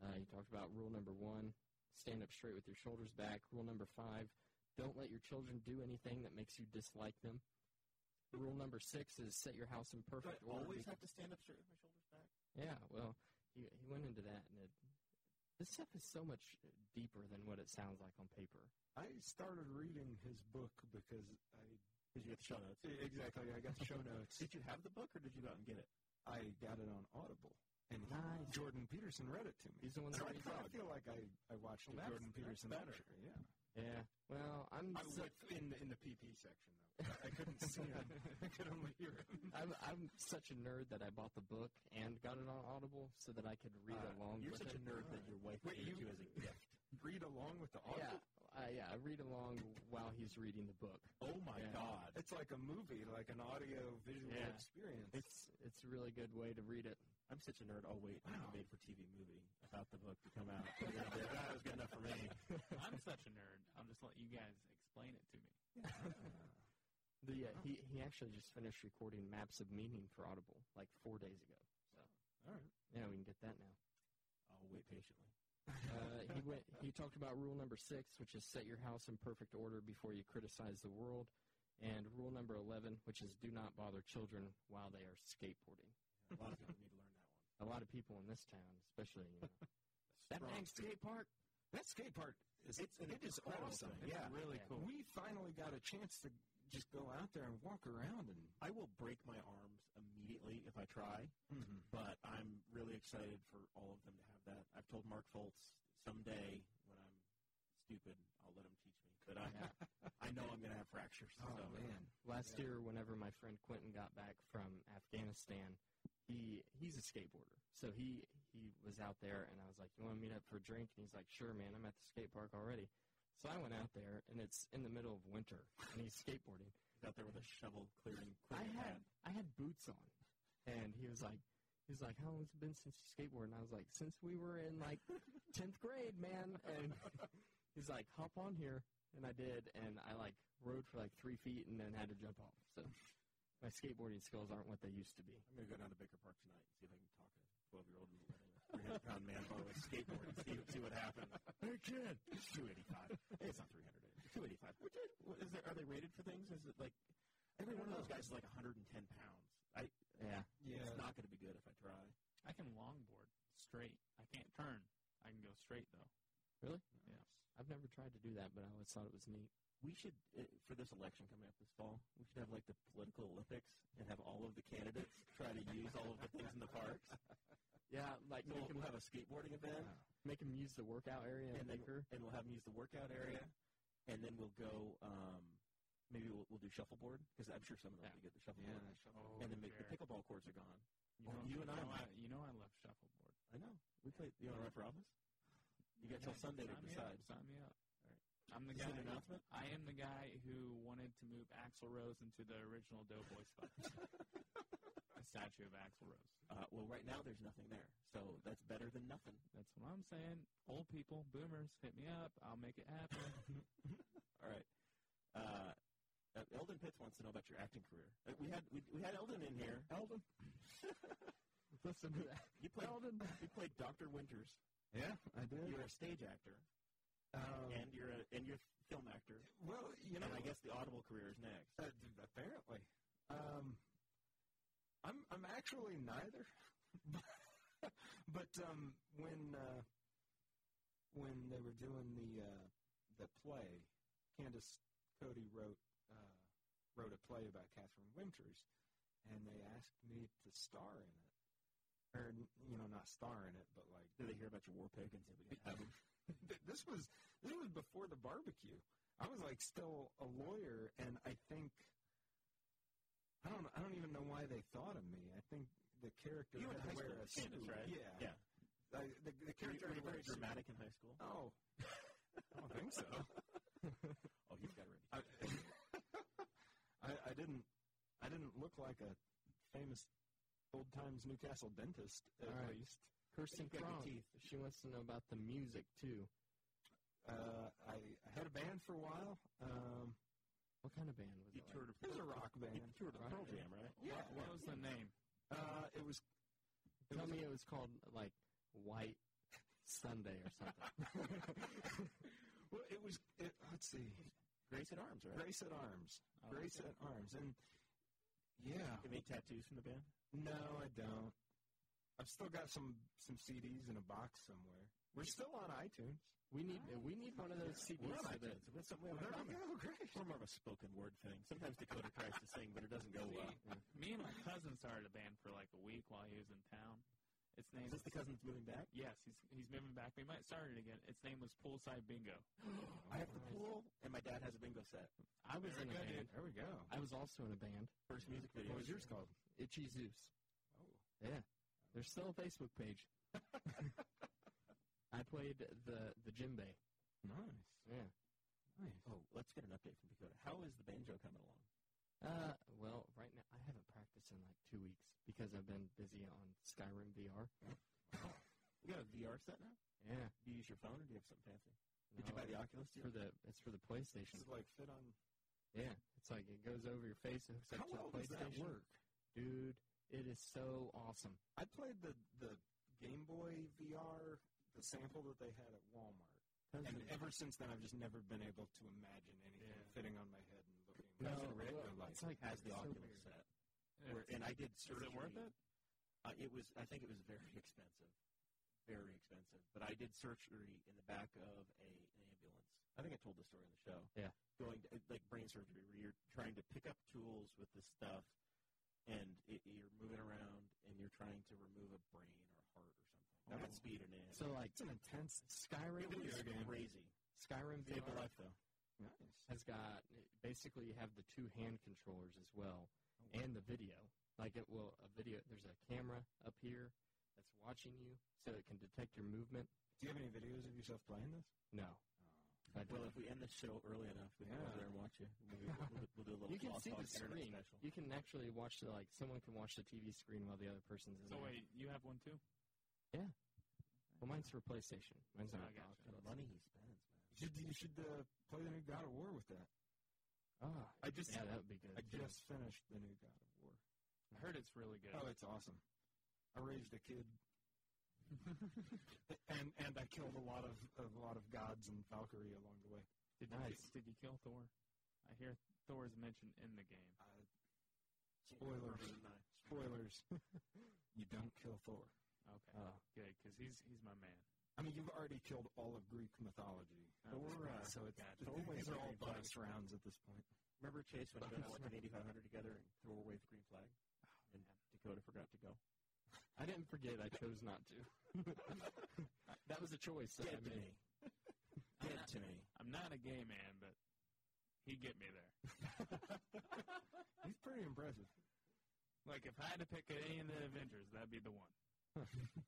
Speaker 1: Uh, he talked about rule number one: stand up straight with your shoulders back. Rule number five: don't let your children do anything that makes you dislike them. Rule number six is set your house in
Speaker 2: Do I
Speaker 1: perfect order.
Speaker 2: always
Speaker 1: bec-
Speaker 2: have to stand up straight with my shoulders back?
Speaker 1: yeah, well, he he went into that, and it, this stuff is so much deeper than what it sounds like on paper.
Speaker 3: I started reading his book because I
Speaker 2: Did you get the show notes?
Speaker 3: e- exactly I got the show notes.
Speaker 2: Did you have the book or did you go out and get it?
Speaker 3: I got it on Audible, and
Speaker 1: Nice.
Speaker 3: Jordan Peterson read it to me.
Speaker 1: He's the one that
Speaker 3: So I,
Speaker 1: reads
Speaker 3: I
Speaker 1: out.
Speaker 3: feel like I, I watched
Speaker 2: Well,
Speaker 3: a
Speaker 2: that's-
Speaker 3: Jordan
Speaker 2: that's
Speaker 3: Peterson
Speaker 2: better.
Speaker 3: lecture. Yeah,
Speaker 1: Yeah. Well, I'm
Speaker 3: I
Speaker 1: so-
Speaker 3: was in the, in the PP section though. I couldn't see him. I could only hear him.
Speaker 1: I'm, I'm such a nerd that I bought the book and got it on Audible so that I could read
Speaker 2: Uh,
Speaker 1: along
Speaker 2: You're
Speaker 1: with
Speaker 2: such a
Speaker 1: it.
Speaker 2: nerd that your wife
Speaker 3: Wait,
Speaker 2: gave it to you
Speaker 3: you-
Speaker 2: as a gift.
Speaker 3: Read along with the audio.
Speaker 1: yeah, I, yeah, I read along while he's reading the book.
Speaker 2: Oh my
Speaker 1: Yeah.
Speaker 2: God.
Speaker 3: It's like a movie, like an audio visual
Speaker 1: Yeah.
Speaker 3: experience.
Speaker 1: It's it's a really good way to read it.
Speaker 2: I'm such a nerd. I'll wait for
Speaker 3: Wow.
Speaker 2: a made for TV movie about the book to come out. And then I'll be like, that was good enough for me.
Speaker 4: I'm such a nerd. I'll just let you guys explain it to me.
Speaker 1: The uh, he he actually just finished recording Maps of Meaning for Audible like four days ago.
Speaker 3: All right.
Speaker 1: Yeah, we can get that now.
Speaker 2: Oh, I'll wait patiently.
Speaker 1: Uh, he went. He talked about rule number six, which is set your house in perfect order before you criticize the world, and rule number eleven, which is do not bother children while they are skateboarding.
Speaker 2: A lot of people need to learn that one.
Speaker 1: A lot of people in this town, especially you know,
Speaker 2: Strong.
Speaker 3: skate park. That skate park is
Speaker 2: It's an
Speaker 3: it is
Speaker 2: incredible
Speaker 3: awesome.
Speaker 2: thing.
Speaker 3: Yeah.
Speaker 4: It's really
Speaker 1: Yeah.
Speaker 4: cool.
Speaker 3: We finally got a chance to just go out there and walk around and
Speaker 2: I will break my arms immediately if I try,
Speaker 3: Mhm.
Speaker 2: but I'm really excited for all of them to have that. I've told Mark Foltz someday when I'm stupid, I'll let him teach me. But I, I know I'm going to have fractures. so.
Speaker 3: oh man.
Speaker 1: Last
Speaker 3: Yeah.
Speaker 1: year, whenever my friend Quentin got back from Afghanistan, he he's a skateboarder, so he he was out there, and I was like, "You want to meet up for a drink?" And he's like, "Sure, man. I'm at the skate park already." So I went out there, and it's in the middle of winter, and he's skateboarding.
Speaker 2: out there with a shovel clearing.
Speaker 1: I
Speaker 2: clearing
Speaker 1: had I had boots on, and he was like, he was like, how long has it been since you skateboard? And I was like, since we were in like tenth grade, man. And he's like, hop on here, and I did, and I like rode for like three feet, and then had to jump off. So my skateboarding skills aren't what they used to be.
Speaker 2: I'm going to go down to Baker Park tonight and see if I can talk a 12 year old into letting a 300 pound man borrow a skateboard and see, see what happens. Hey, kid! 285. It's not 300. It's 285. Which is, what is there, are they rated for things? Is it like. Every one of those guys is like 110 pounds. I,
Speaker 1: Yeah,
Speaker 2: It's not going to be good if I try.
Speaker 4: I can longboard straight. I can't turn. I can go straight though.
Speaker 1: I've never tried to do that, but I always thought it was neat.
Speaker 2: We should, uh, for this election coming up this fall, we should have like the political Olympics and have all of the candidates try to use all of the things in the parks.
Speaker 1: Yeah, like
Speaker 2: We'll,
Speaker 1: make him
Speaker 2: we'll have a skateboarding event.
Speaker 1: make him use the workout area
Speaker 2: and
Speaker 1: and
Speaker 2: then
Speaker 1: Baker.
Speaker 2: and we'll have them use the workout area, and then we'll go. Um, Maybe we'll, we'll do shuffleboard because I'm sure some of them
Speaker 4: Yeah. Oh,
Speaker 2: will be good at shuffleboard. and then make, the pickleball courts are gone.
Speaker 4: You
Speaker 2: Oh,
Speaker 4: know,
Speaker 2: you and I
Speaker 4: know
Speaker 2: might.
Speaker 4: You know I love shuffleboard.
Speaker 2: I know. We played. You want to run for office? You got till
Speaker 4: Yeah,
Speaker 2: Sunday to
Speaker 4: sign me up,
Speaker 2: decide.
Speaker 4: Sign me up.
Speaker 2: Alright.
Speaker 4: I'm the
Speaker 2: Is it
Speaker 4: guy.
Speaker 2: an announcement?
Speaker 4: I am the guy who wanted to move Axl Rose into the original Doughboy spot. a statue of Axl Rose.
Speaker 2: Uh, well, right now there's nothing there, so that's better than nothing.
Speaker 4: That's what I'm saying. Old people, boomers, hit me up. I'll make it happen.
Speaker 2: All right. Uh, uh, Eldon Pitts wants to know about your acting career. Uh, we had we, we had Eldon in here.
Speaker 4: Eldon, listen to that.
Speaker 2: You played
Speaker 4: Eldon.
Speaker 2: you played Doctor Winters.
Speaker 3: Yeah, I did.
Speaker 2: You're a stage actor,
Speaker 3: Um,
Speaker 2: and you're a, and you're a film actor.
Speaker 3: well, you know,
Speaker 2: and I guess the Audible career is next.
Speaker 3: Uh, d- apparently, um, I'm I'm actually neither. but um, when uh, when they were doing the uh, the play, Candace Cody wrote uh, wrote a play about Catherine Winters, and they asked me to star in it, or you know, not star in it, but like
Speaker 2: Did they hear about your war pig and say we can have him?
Speaker 3: Th- this was this was before the barbecue. I was like still a lawyer, and I think I don't I don't even know why they thought of me. I think the character
Speaker 2: You were in high
Speaker 3: had to wear
Speaker 2: school,
Speaker 3: a suit.
Speaker 2: Candace, right?
Speaker 3: Yeah,
Speaker 2: Yeah.
Speaker 3: I, the, the
Speaker 2: Were you,
Speaker 3: character
Speaker 2: were you
Speaker 3: had to wear
Speaker 2: very
Speaker 3: a suit.
Speaker 2: dramatic in high school?
Speaker 3: Oh, I don't think so.
Speaker 2: Oh, he's got ready.
Speaker 3: I, I, I didn't I didn't look like a famous old times Newcastle dentist at
Speaker 1: All right.
Speaker 3: least.
Speaker 1: Kirsten
Speaker 2: You've got good
Speaker 1: Crump.
Speaker 2: teeth.
Speaker 1: She wants to know about the music too.
Speaker 3: Uh, I, I had a band for a while. Um,
Speaker 1: What kind of band was
Speaker 2: You
Speaker 1: it?
Speaker 2: toured
Speaker 3: it was a rock band.
Speaker 2: You toured with
Speaker 1: Right.
Speaker 2: Pearl Jam, right?
Speaker 3: Yeah.
Speaker 4: What, what was the name?
Speaker 3: Uh, it was.
Speaker 1: Like?
Speaker 3: It
Speaker 1: Tell
Speaker 3: was,
Speaker 1: me it was called like White Sunday or something.
Speaker 3: well, it was. It, let's see.
Speaker 2: Grace at Arms, right?
Speaker 3: Grace at Arms.
Speaker 4: Oh,
Speaker 3: Grace at Arms. And yeah,
Speaker 2: Have any tattoos from the band?
Speaker 3: no, I don't. I've still got some some CDs in a box somewhere. We're still on iTunes.
Speaker 1: we need we need one of those
Speaker 2: We're
Speaker 1: CDs
Speaker 2: on
Speaker 1: for the
Speaker 2: iTunes. That's something we have in
Speaker 3: There we
Speaker 2: common.
Speaker 3: go. Great.
Speaker 2: We're more of a spoken word thing. Sometimes Dakota tries to sing, but it doesn't go well.
Speaker 4: Me and my cousin started a band for like a week while he was in town. Its name
Speaker 2: Is this the cousin that's moving back?
Speaker 4: Yes, he's he's moving back. We might start it again. Its name was Poolside Bingo.
Speaker 2: I have the pool, and my dad has a bingo set.
Speaker 1: I was in a
Speaker 4: Very good,
Speaker 1: band.
Speaker 4: dude.
Speaker 3: There we go.
Speaker 1: I was also in a band.
Speaker 2: First music video.
Speaker 1: What was yours called? Itchy Zeus.
Speaker 3: Oh.
Speaker 1: There's still a Facebook page. I played the the djembe.
Speaker 3: Nice.
Speaker 1: Yeah.
Speaker 3: Nice.
Speaker 2: Oh, let's get an update from Dakota. How is the banjo coming along?
Speaker 1: Uh, well, right now I haven't practiced in like two weeks because I've been busy on Skyrim VR.
Speaker 2: You got a VR set now?
Speaker 1: Yeah.
Speaker 2: Do you use your phone, or do you have something fancy? Did you
Speaker 1: No,
Speaker 2: buy the Oculus?
Speaker 1: It's for
Speaker 2: deal?
Speaker 1: the it's for the
Speaker 3: This
Speaker 1: PlayStation.
Speaker 3: is like fit on.
Speaker 1: Yeah, it's like it goes over your face. It hooks up
Speaker 3: How
Speaker 1: to the
Speaker 3: well does that
Speaker 1: PlayStation.
Speaker 3: work?
Speaker 1: Dude, it is so awesome.
Speaker 3: I played the the Game Boy VR, the sample that they had at Walmart. And
Speaker 2: Cousin-
Speaker 3: ever since then, I've just never been able to imagine anything
Speaker 4: Yeah.
Speaker 3: fitting on my head and looking.
Speaker 1: No,
Speaker 3: Cousin Rick
Speaker 1: well,
Speaker 3: would like
Speaker 1: it's like
Speaker 2: has the
Speaker 1: it's so
Speaker 2: Oculus
Speaker 1: weird.
Speaker 2: set. Where, and I did
Speaker 4: Is
Speaker 2: surgery.
Speaker 4: it worth it?
Speaker 2: Uh, it was. I think it was very expensive, very expensive. But I did surgery in the back of a, an ambulance. I think I told the story on the show.
Speaker 1: Yeah.
Speaker 2: Going to, uh, like brain surgery, where you're trying to pick up tools with this stuff, and it, you're moving around, and you're trying to remove a brain or heart or something.
Speaker 3: Oh.
Speaker 2: That's speed and in.
Speaker 1: So like
Speaker 3: It's an intense
Speaker 1: Skyrim,
Speaker 2: it was
Speaker 1: VR-
Speaker 2: crazy.
Speaker 1: Skyrim
Speaker 2: Saved my
Speaker 1: VR
Speaker 2: life though.
Speaker 3: Nice.
Speaker 1: has got basically you have the two hand controllers as well,
Speaker 3: wow.
Speaker 1: and the video. Like it will a video. There's a camera up here that's watching you, so it can detect your movement.
Speaker 3: Do you have any videos of yourself playing this?
Speaker 1: No, I
Speaker 2: Well,
Speaker 1: don't.
Speaker 2: if we end the show early enough, we can go
Speaker 3: Yeah.
Speaker 2: over there and watch you. We'll, do- we'll, do- we'll do a little
Speaker 1: You can
Speaker 2: Blog
Speaker 1: see the
Speaker 2: Talk internet
Speaker 1: screen.
Speaker 2: special.
Speaker 1: You can actually watch the like. Someone can watch the TV screen while the other person's in
Speaker 4: So
Speaker 1: there.
Speaker 4: wait, you have one too?
Speaker 1: Well, mine's for PlayStation. Mine's not.
Speaker 4: I gotcha.
Speaker 2: The
Speaker 1: Oculus.
Speaker 2: money he spends, man.
Speaker 3: You should you should uh, play the new God of War with that.
Speaker 1: Ah,
Speaker 3: I just
Speaker 1: yeah, that would be good.
Speaker 3: I
Speaker 1: too.
Speaker 3: just finished the new God of War.
Speaker 4: I heard it's really good.
Speaker 3: Oh, it's awesome. I raised a kid, and and I killed a lot of, of a lot of gods and Valkyrie along the way.
Speaker 4: did
Speaker 1: nice.
Speaker 4: You, did you kill Thor? I hear Thor is mentioned in the game.
Speaker 3: Uh, spoilers, spoilers. you don't kill Thor.
Speaker 4: Okay,
Speaker 2: uh.
Speaker 1: Oh.
Speaker 4: good, because he's he's my man.
Speaker 3: I mean, you've already killed all of Greek mythology.
Speaker 4: Oh,
Speaker 2: Thor, uh,
Speaker 3: so it's,
Speaker 4: God.
Speaker 3: these are all bonus rounds at this point.
Speaker 2: Remember Chase when you and I went to the 8500 together and threw away the green flag? and Dakota forgot to go.
Speaker 1: I didn't forget. I chose not to. that was a choice that I made.
Speaker 2: Dead to me.
Speaker 4: I'm not a gay man, but he'd get me there.
Speaker 3: He's pretty impressive.
Speaker 4: Like if I had to pick any of the Avengers, that'd be the one.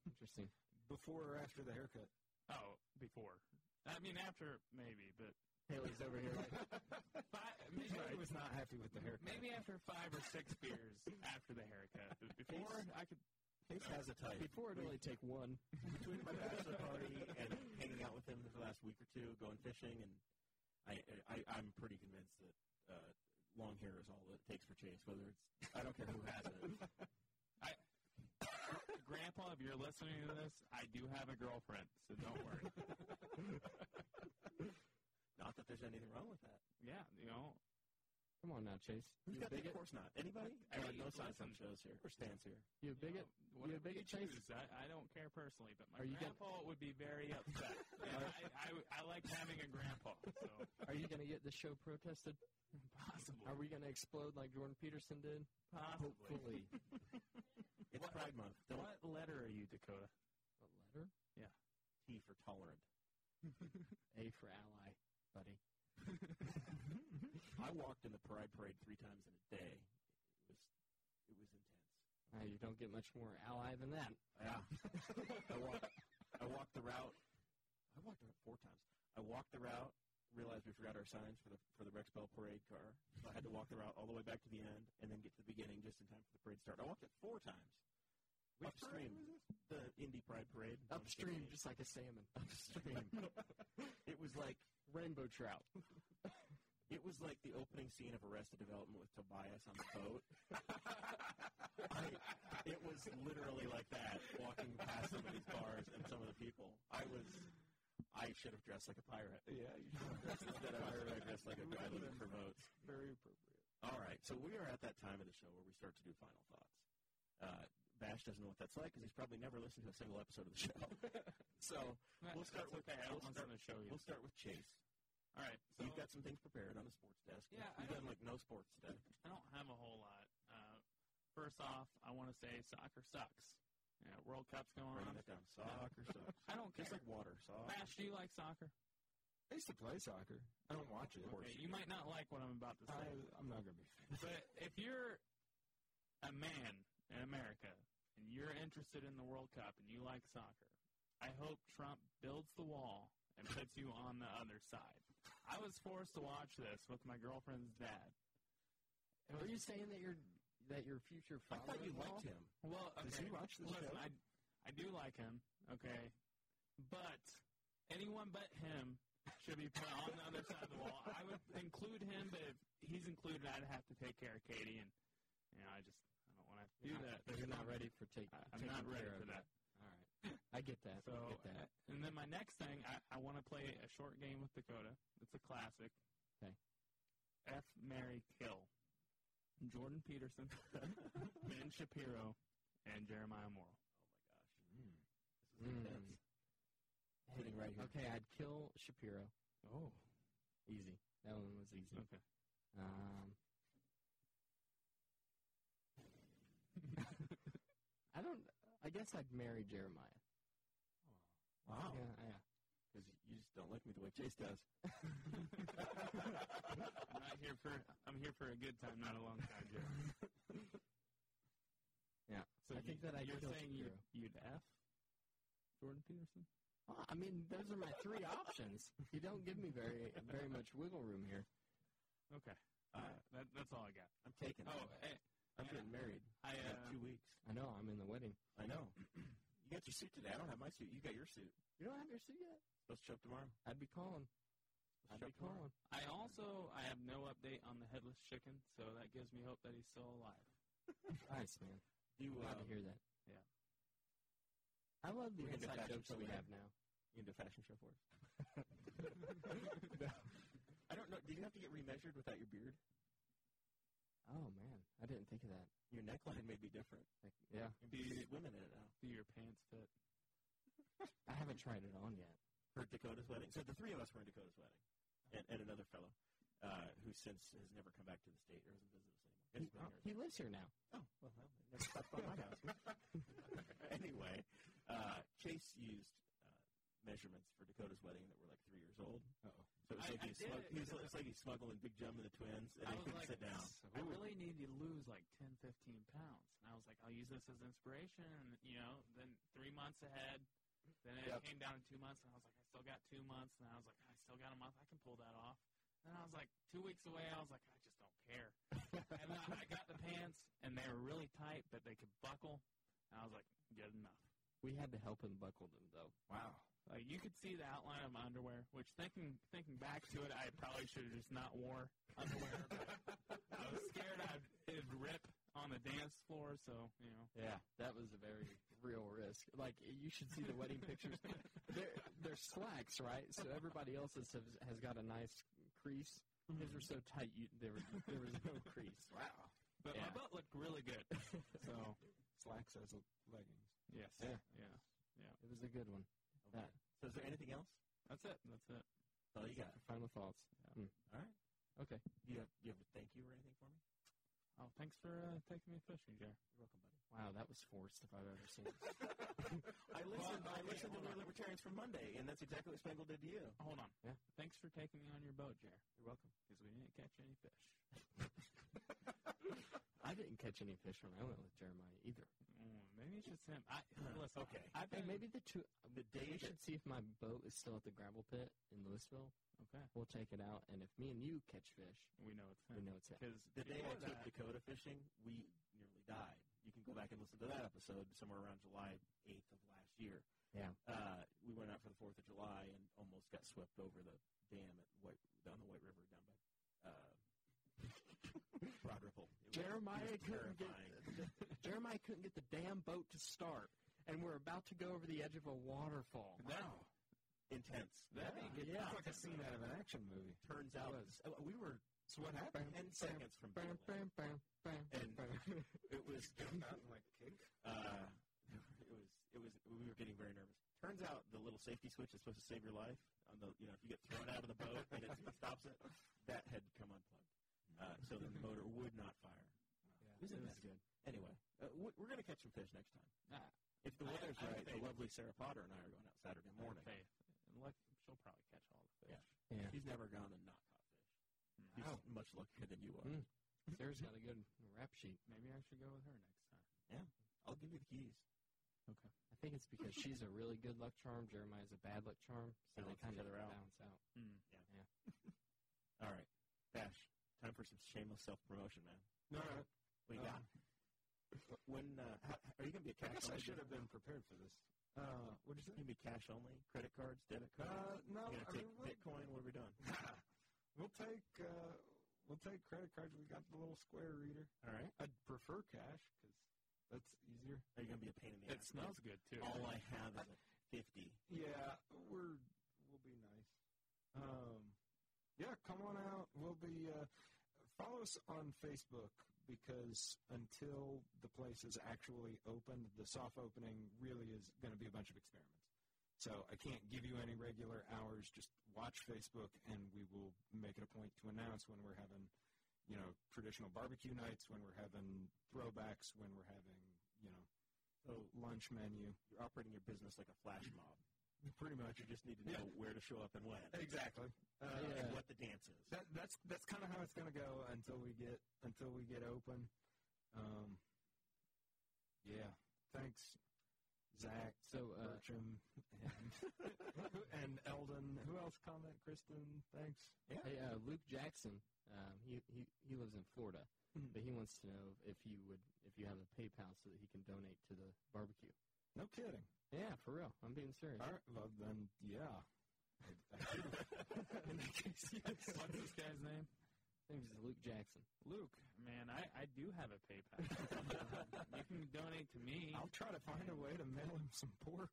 Speaker 1: Interesting.
Speaker 3: Before or after the haircut?
Speaker 4: Oh, before. I mean, after maybe, but
Speaker 1: Haley's over here. Like,
Speaker 4: five,
Speaker 3: He
Speaker 4: maybe,
Speaker 3: was not happy with the haircut.
Speaker 4: maybe after five or six beers after the haircut. But Before I could.
Speaker 2: Case has a type.
Speaker 1: before it only take one.
Speaker 2: Between my bachelor party and hanging out with him for the last week or two, going fishing, and I, I I'm pretty convinced that uh, long hair is all it takes for Chase. Whether it's I don't care who has it.
Speaker 4: Grandpa, if you're listening to this, I do have a girlfriend, so don't worry.
Speaker 2: Not that there's anything wrong with that.
Speaker 4: yeah, you know,
Speaker 1: Come on now, Chase.
Speaker 2: Who's
Speaker 1: You a
Speaker 2: got that? Of
Speaker 1: bigot?
Speaker 2: course not. Anybody? I
Speaker 4: Hey,
Speaker 2: got no signs on
Speaker 4: listen.
Speaker 2: shows here or stands here.
Speaker 1: You a bigot?
Speaker 4: You know, whatever
Speaker 1: bigot,
Speaker 4: you
Speaker 1: Chase?
Speaker 4: choose, I, I don't care personally, but my
Speaker 1: Are you gonna-
Speaker 4: grandpa would be very upset. And I, I, I like having a grandpa, so
Speaker 1: Are you gonna get the show protested?
Speaker 4: possibly.
Speaker 1: Are we gonna explode like Jordan Peterson did? Hopefully.
Speaker 4: possibly.
Speaker 2: It's
Speaker 4: What-
Speaker 2: Pride Month. Don't
Speaker 4: What letter are you, Dakota?
Speaker 1: What letter?
Speaker 2: T for tolerant.
Speaker 1: A for ally, buddy.
Speaker 2: I walked in the Pride Parade three times in a day. It was it was intense.
Speaker 1: Uh, you don't get much more ally than that.
Speaker 2: Yeah. I walked I walked the route. I walked the route four times. I walked the route, realized we forgot our signs for the for the Rexbell parade car. So I had to walk the route all the way back to the end and then get to the beginning just in time for the parade to start. I walked it four times. upstream. The Indy Pride Parade.
Speaker 1: Upstream, just like a salmon.
Speaker 2: upstream. it was like
Speaker 1: Rainbow trout.
Speaker 2: It was like the opening scene of Arrested Development with Tobias on the boat. I, it was literally like that, walking past some of these bars and some of the people. I was, I should have dressed like a pirate.
Speaker 3: Yeah, you
Speaker 2: Instead of pirate, I dressed like a guy looking for votes.
Speaker 3: very appropriate.
Speaker 2: All right, so we are at that time of the show where we start to do final thoughts. Uh, Bash doesn't know what that's like because he's probably never listened to a single episode of the show. so We'll start
Speaker 4: That's
Speaker 2: with-
Speaker 4: okay. I
Speaker 2: we'll
Speaker 4: don't want
Speaker 2: start-
Speaker 4: to show you.
Speaker 2: we'll start with Chase.
Speaker 4: All right. So
Speaker 2: You've got some things prepared on the sports desk.
Speaker 4: Yeah, I
Speaker 2: You've done like no sports today.
Speaker 4: I don't have a whole lot. Uh, first off, I want to say soccer sucks. Yeah, World Cup's going
Speaker 2: Writing
Speaker 4: on.
Speaker 2: that down. Soccer sucks.
Speaker 4: I don't care.
Speaker 2: Just like water. Soccer.
Speaker 4: Bash, do you like soccer?
Speaker 3: I used to play soccer. I don't watch it.
Speaker 4: Okay, you might not like what I'm about to
Speaker 3: I,
Speaker 4: say.
Speaker 3: I'm not going to be.
Speaker 4: But if you're a man in America and you're interested in the World Cup and you like soccer, I hope Trump builds the wall and puts you on the other side. I was forced to watch this with my girlfriend's dad.
Speaker 1: Are you saying that your that your future
Speaker 2: I
Speaker 1: father?
Speaker 2: thought you liked him.
Speaker 4: Well,
Speaker 3: Does
Speaker 4: okay.
Speaker 3: he watch this
Speaker 4: Listen,
Speaker 3: show?
Speaker 4: I, I do like him, okay, but anyone but him should be put on the other side of the wall. I would include him, but if he's included, I'd have to take care of Katie, and you know, I just I don't want to do
Speaker 1: You're not,
Speaker 4: that.
Speaker 1: You're not ready for take.
Speaker 4: I- I'm
Speaker 1: taking
Speaker 4: not ready
Speaker 1: care
Speaker 4: for
Speaker 1: of
Speaker 4: that.
Speaker 1: it. All right, I get that.
Speaker 4: So,
Speaker 1: I get that.
Speaker 4: uh, and then my next thing, I, I want to play a short game with Dakota. It's a classic.
Speaker 1: Okay.
Speaker 4: F Mary Kill. Jordan Peterson, Ben Shapiro, and Jeremiah Morrill.
Speaker 1: Oh
Speaker 4: uh,
Speaker 2: This is intense. Sitting right here.
Speaker 1: Mm. Okay, I'd kill Shapiro.
Speaker 4: Oh,
Speaker 1: Easy. That one was easy.
Speaker 4: okay.
Speaker 1: Um, I don't. I guess I'd marry Jeremiah.
Speaker 2: Wow.
Speaker 1: Yeah, yeah.
Speaker 2: Because you just don't like me the way Chase does.
Speaker 4: I'm not here for. I'm here for a good time, not a long time, Jerry.
Speaker 1: Yeah.
Speaker 4: So
Speaker 1: I
Speaker 4: you,
Speaker 1: think that I'd
Speaker 4: you're
Speaker 1: kill
Speaker 4: saying you,
Speaker 1: Shapiro.
Speaker 4: you'd F Jordan Peterson?
Speaker 1: Well, I mean, those are my three options. You don't give me very very much wiggle room here.
Speaker 4: Okay.
Speaker 2: Uh,
Speaker 4: That, that's all I got.
Speaker 2: I'm taking
Speaker 4: Oh,
Speaker 2: it.
Speaker 4: eh,
Speaker 2: I'm getting married
Speaker 4: I
Speaker 2: in
Speaker 4: uh,
Speaker 2: two weeks.
Speaker 1: I know I'm in the wedding.
Speaker 2: I know. you got your suit today. I don't have my suit. You got your suit.
Speaker 1: You don't have your suit yet.
Speaker 2: Supposed to show up tomorrow.
Speaker 1: I'd be calling. I'd
Speaker 2: Show
Speaker 1: be
Speaker 2: up tomorrow.
Speaker 1: calling.
Speaker 4: I also I have no update on the headless chicken, so that gives me hope that he's still alive.
Speaker 1: Nice man.
Speaker 2: You uh,
Speaker 1: Glad to hear that.
Speaker 4: yeah.
Speaker 1: I love the
Speaker 2: We're gonna
Speaker 1: inside
Speaker 2: back
Speaker 1: jokes that we
Speaker 2: into
Speaker 1: have now.
Speaker 2: into fashion show for us? no. I don't know. Did you have to get remeasured without your beard?
Speaker 1: Oh man, I didn't think of that.
Speaker 2: Your neckline may be different.
Speaker 1: Like, yeah,
Speaker 2: There's women in it now.
Speaker 4: Do your pants fit?
Speaker 1: I haven't tried it on yet.
Speaker 2: for Dakota's wedding. So the three of us were in Dakota's wedding, and, and another fellow uh, who since has never come back to the state or doesn't visit us anymore.
Speaker 1: He,
Speaker 2: He's been here.
Speaker 1: he lives here now.
Speaker 2: Oh, well, well it never stopped by my house. anyway, uh, Chase used uh, measurements for Dakota's wedding that were like three years old.
Speaker 3: Uh-oh.
Speaker 2: So it's
Speaker 4: I-
Speaker 2: like,
Speaker 4: I
Speaker 2: he's
Speaker 4: did
Speaker 2: smug-
Speaker 4: it.
Speaker 2: he's, it's like he's smuggling Big Jim and the twins, and
Speaker 4: I
Speaker 2: they
Speaker 4: was
Speaker 2: couldn't
Speaker 4: like,
Speaker 2: sit down.
Speaker 4: I really need to lose like 10, 15 pounds. And I was like, I'll use this as inspiration. And, you know, then three months ahead, then it
Speaker 3: Yep.
Speaker 4: came down to two months. And I was like, I still got two months. And I was like, I still got a month. I can pull that off. And I was like, two weeks away, I was like, I just don't care. and I, I got the pants, and they were really tight, but they could buckle. And I was like, good enough.
Speaker 1: We had to help him buckle them, though.
Speaker 3: Wow.
Speaker 4: Like you could see the outline of my underwear, which thinking thinking back to it, I probably should have just not wore underwear. but I was scared I'd it'd rip on the dance floor, so you know.
Speaker 1: Yeah, that was a very real risk. Like you should see the wedding pictures. They're, they're slacks, right? So everybody else's has, has got a nice crease. His were so tight, you, there was there was no crease.
Speaker 3: Wow.
Speaker 4: But
Speaker 1: Yeah.
Speaker 4: my butt looked really good. So
Speaker 3: Slacks as l- leggings.
Speaker 4: yes,
Speaker 1: Yeah. It
Speaker 4: yeah,
Speaker 1: was a good one.
Speaker 2: Okay. So is there anything else?
Speaker 4: that's it, that's it.
Speaker 2: That's all you got.
Speaker 1: Final thoughts.
Speaker 2: All right.
Speaker 1: Okay.
Speaker 2: Do you have, do you have a thank you or anything for me?
Speaker 4: Oh, thanks for uh, taking me fishing, Jerry.
Speaker 2: You're welcome, buddy.
Speaker 1: Wow, that was forced if I've ever seen. it.
Speaker 2: I listened.
Speaker 4: Well,
Speaker 2: I
Speaker 4: okay,
Speaker 2: listened to
Speaker 4: hold
Speaker 2: We're
Speaker 4: on.
Speaker 2: Libertarians for Monday, and that's exactly what Spangle did to you.
Speaker 4: Hold on,
Speaker 1: Yeah.
Speaker 4: Thanks for taking me on your boat, Jerry,
Speaker 2: You're welcome.
Speaker 4: because we didn't catch any fish.
Speaker 1: I didn't catch any fish when I went with Jeremiah either.
Speaker 4: Mm, maybe it's just him. I listen.
Speaker 2: Okay.
Speaker 4: I've
Speaker 1: Hey,
Speaker 4: been
Speaker 1: maybe the two.
Speaker 2: The
Speaker 1: We
Speaker 2: day that
Speaker 1: should see if my boat is still at the gravel pit in Louisville.
Speaker 4: okay.
Speaker 1: We'll take it out, and if me and you catch fish,
Speaker 4: We know it's him.
Speaker 1: we know it's it.
Speaker 4: Because
Speaker 2: the day I took Dakota fishing, we nearly died. You can go back and listen to that episode somewhere around July 8th of last year.
Speaker 1: Yeah.
Speaker 2: Uh, we went out for the 4th of July and almost got swept over the dam at White, down the White River down by uh, Broad Ripple. It was-
Speaker 1: Jeremiah
Speaker 2: it was
Speaker 1: couldn't get
Speaker 2: terrifying.
Speaker 1: Jeremiah couldn't get the damn boat to start, and we're about to go over the edge of a waterfall.
Speaker 2: Wow. Intense.
Speaker 3: That'd be a good.
Speaker 1: Yeah.
Speaker 3: That's like a scene out of an action movie.
Speaker 2: Turns out
Speaker 1: was.
Speaker 2: uh, we were
Speaker 3: So what happened?
Speaker 2: 10 seconds from
Speaker 1: Bam,
Speaker 2: Disneyland.
Speaker 1: bam, bam, bam,
Speaker 2: And-
Speaker 1: bam.
Speaker 2: It was
Speaker 3: Jumped out and like kicked.
Speaker 2: Uh, it was it was we were getting very nervous. Turns out the little safety switch is supposed to save your life. On the you know if you get thrown out of the boat and it stops it, that had come unplugged, uh, so then the motor would not fire.
Speaker 1: This
Speaker 2: Isn't
Speaker 1: is
Speaker 2: that-
Speaker 1: good.
Speaker 2: Anyway, uh, we- we're gonna catch some fish next time.
Speaker 4: Ah.
Speaker 2: if the
Speaker 4: I-
Speaker 2: weather's
Speaker 4: I have
Speaker 2: right, the
Speaker 4: faith.
Speaker 2: lovely Sarah Potter and I are going out Saturday morning.
Speaker 4: Faith. And look, she'll probably catch all the fish. Mm-hmm.
Speaker 1: Yeah.
Speaker 2: She's never gone and not caught fish. Hmm. She's
Speaker 1: Wow.
Speaker 2: much luckier than you are.
Speaker 1: Mm. Sarah's got a good rap sheet.
Speaker 4: Maybe I should go with her next time.
Speaker 2: I'll give you the keys.
Speaker 1: I think it's because she's a really good luck charm. Jeremiah's a bad luck charm,
Speaker 2: Balance
Speaker 1: so they kind
Speaker 2: each
Speaker 1: of
Speaker 2: other out.
Speaker 1: balance out.
Speaker 2: All right, Bash. Time for some shameless self promotion, man.
Speaker 3: No, no.
Speaker 2: What you
Speaker 3: Um,
Speaker 2: got? When uh, how, are you gonna be a
Speaker 3: I
Speaker 2: cash?
Speaker 3: guess I
Speaker 2: only
Speaker 3: should
Speaker 2: guy?
Speaker 3: have been prepared for this. Uh, what did you say?
Speaker 2: Maybe cash only, credit cards, debit cards.
Speaker 3: Uh, no,
Speaker 2: you gonna
Speaker 3: I
Speaker 2: take
Speaker 3: mean, we'll,
Speaker 2: Bitcoin? What are we doing?
Speaker 3: we'll take uh, we'll take credit cards. We got the little square reader.
Speaker 2: All right.
Speaker 3: I'd prefer cash because that's easier.
Speaker 2: Are you gonna be a pain in the
Speaker 4: It
Speaker 2: ass?
Speaker 4: smells good too.
Speaker 2: All I have is a fifty.
Speaker 3: Yeah, we're we'll be nice. Um, yeah, come on out. We'll be uh, follow us on Facebook because until the place is actually opened, the soft opening really is going to be a bunch of experiments. So I can't give you any regular hours. Just watch Facebook, and we will make it a point to announce when we're having, you know, traditional barbecue nights, when we're having throwbacks, when we're having, you know,
Speaker 2: So
Speaker 3: lunch menu.
Speaker 2: you're operating your business like a flash mob.
Speaker 3: Pretty much.
Speaker 2: You just need to know where to show up and when,
Speaker 3: Exactly. Uh,
Speaker 2: and what the dance is.
Speaker 3: that, that's that's kind of how it's going to go until we get until we get open. Um, yeah. Thanks, Zach,
Speaker 1: So, uh,
Speaker 3: Bertram, and, and Eldon. Who else? Comment, Kristen. Thanks.
Speaker 1: Hey, uh, Luke Jackson. Um, he, he he lives in Florida,
Speaker 3: Mhm.
Speaker 1: but he wants to know if you would if you have a PayPal so that he can donate to the barbecue.
Speaker 3: No kidding.
Speaker 1: Yeah, for real. I'm being serious.
Speaker 3: All right. Well then, yeah. In that case, yes.
Speaker 4: What's this guy's name?
Speaker 1: His name's Luke Jackson.
Speaker 4: Luke. Man, I, I do have a PayPal. you can donate to me.
Speaker 3: I'll try to find a way to mail him some pork.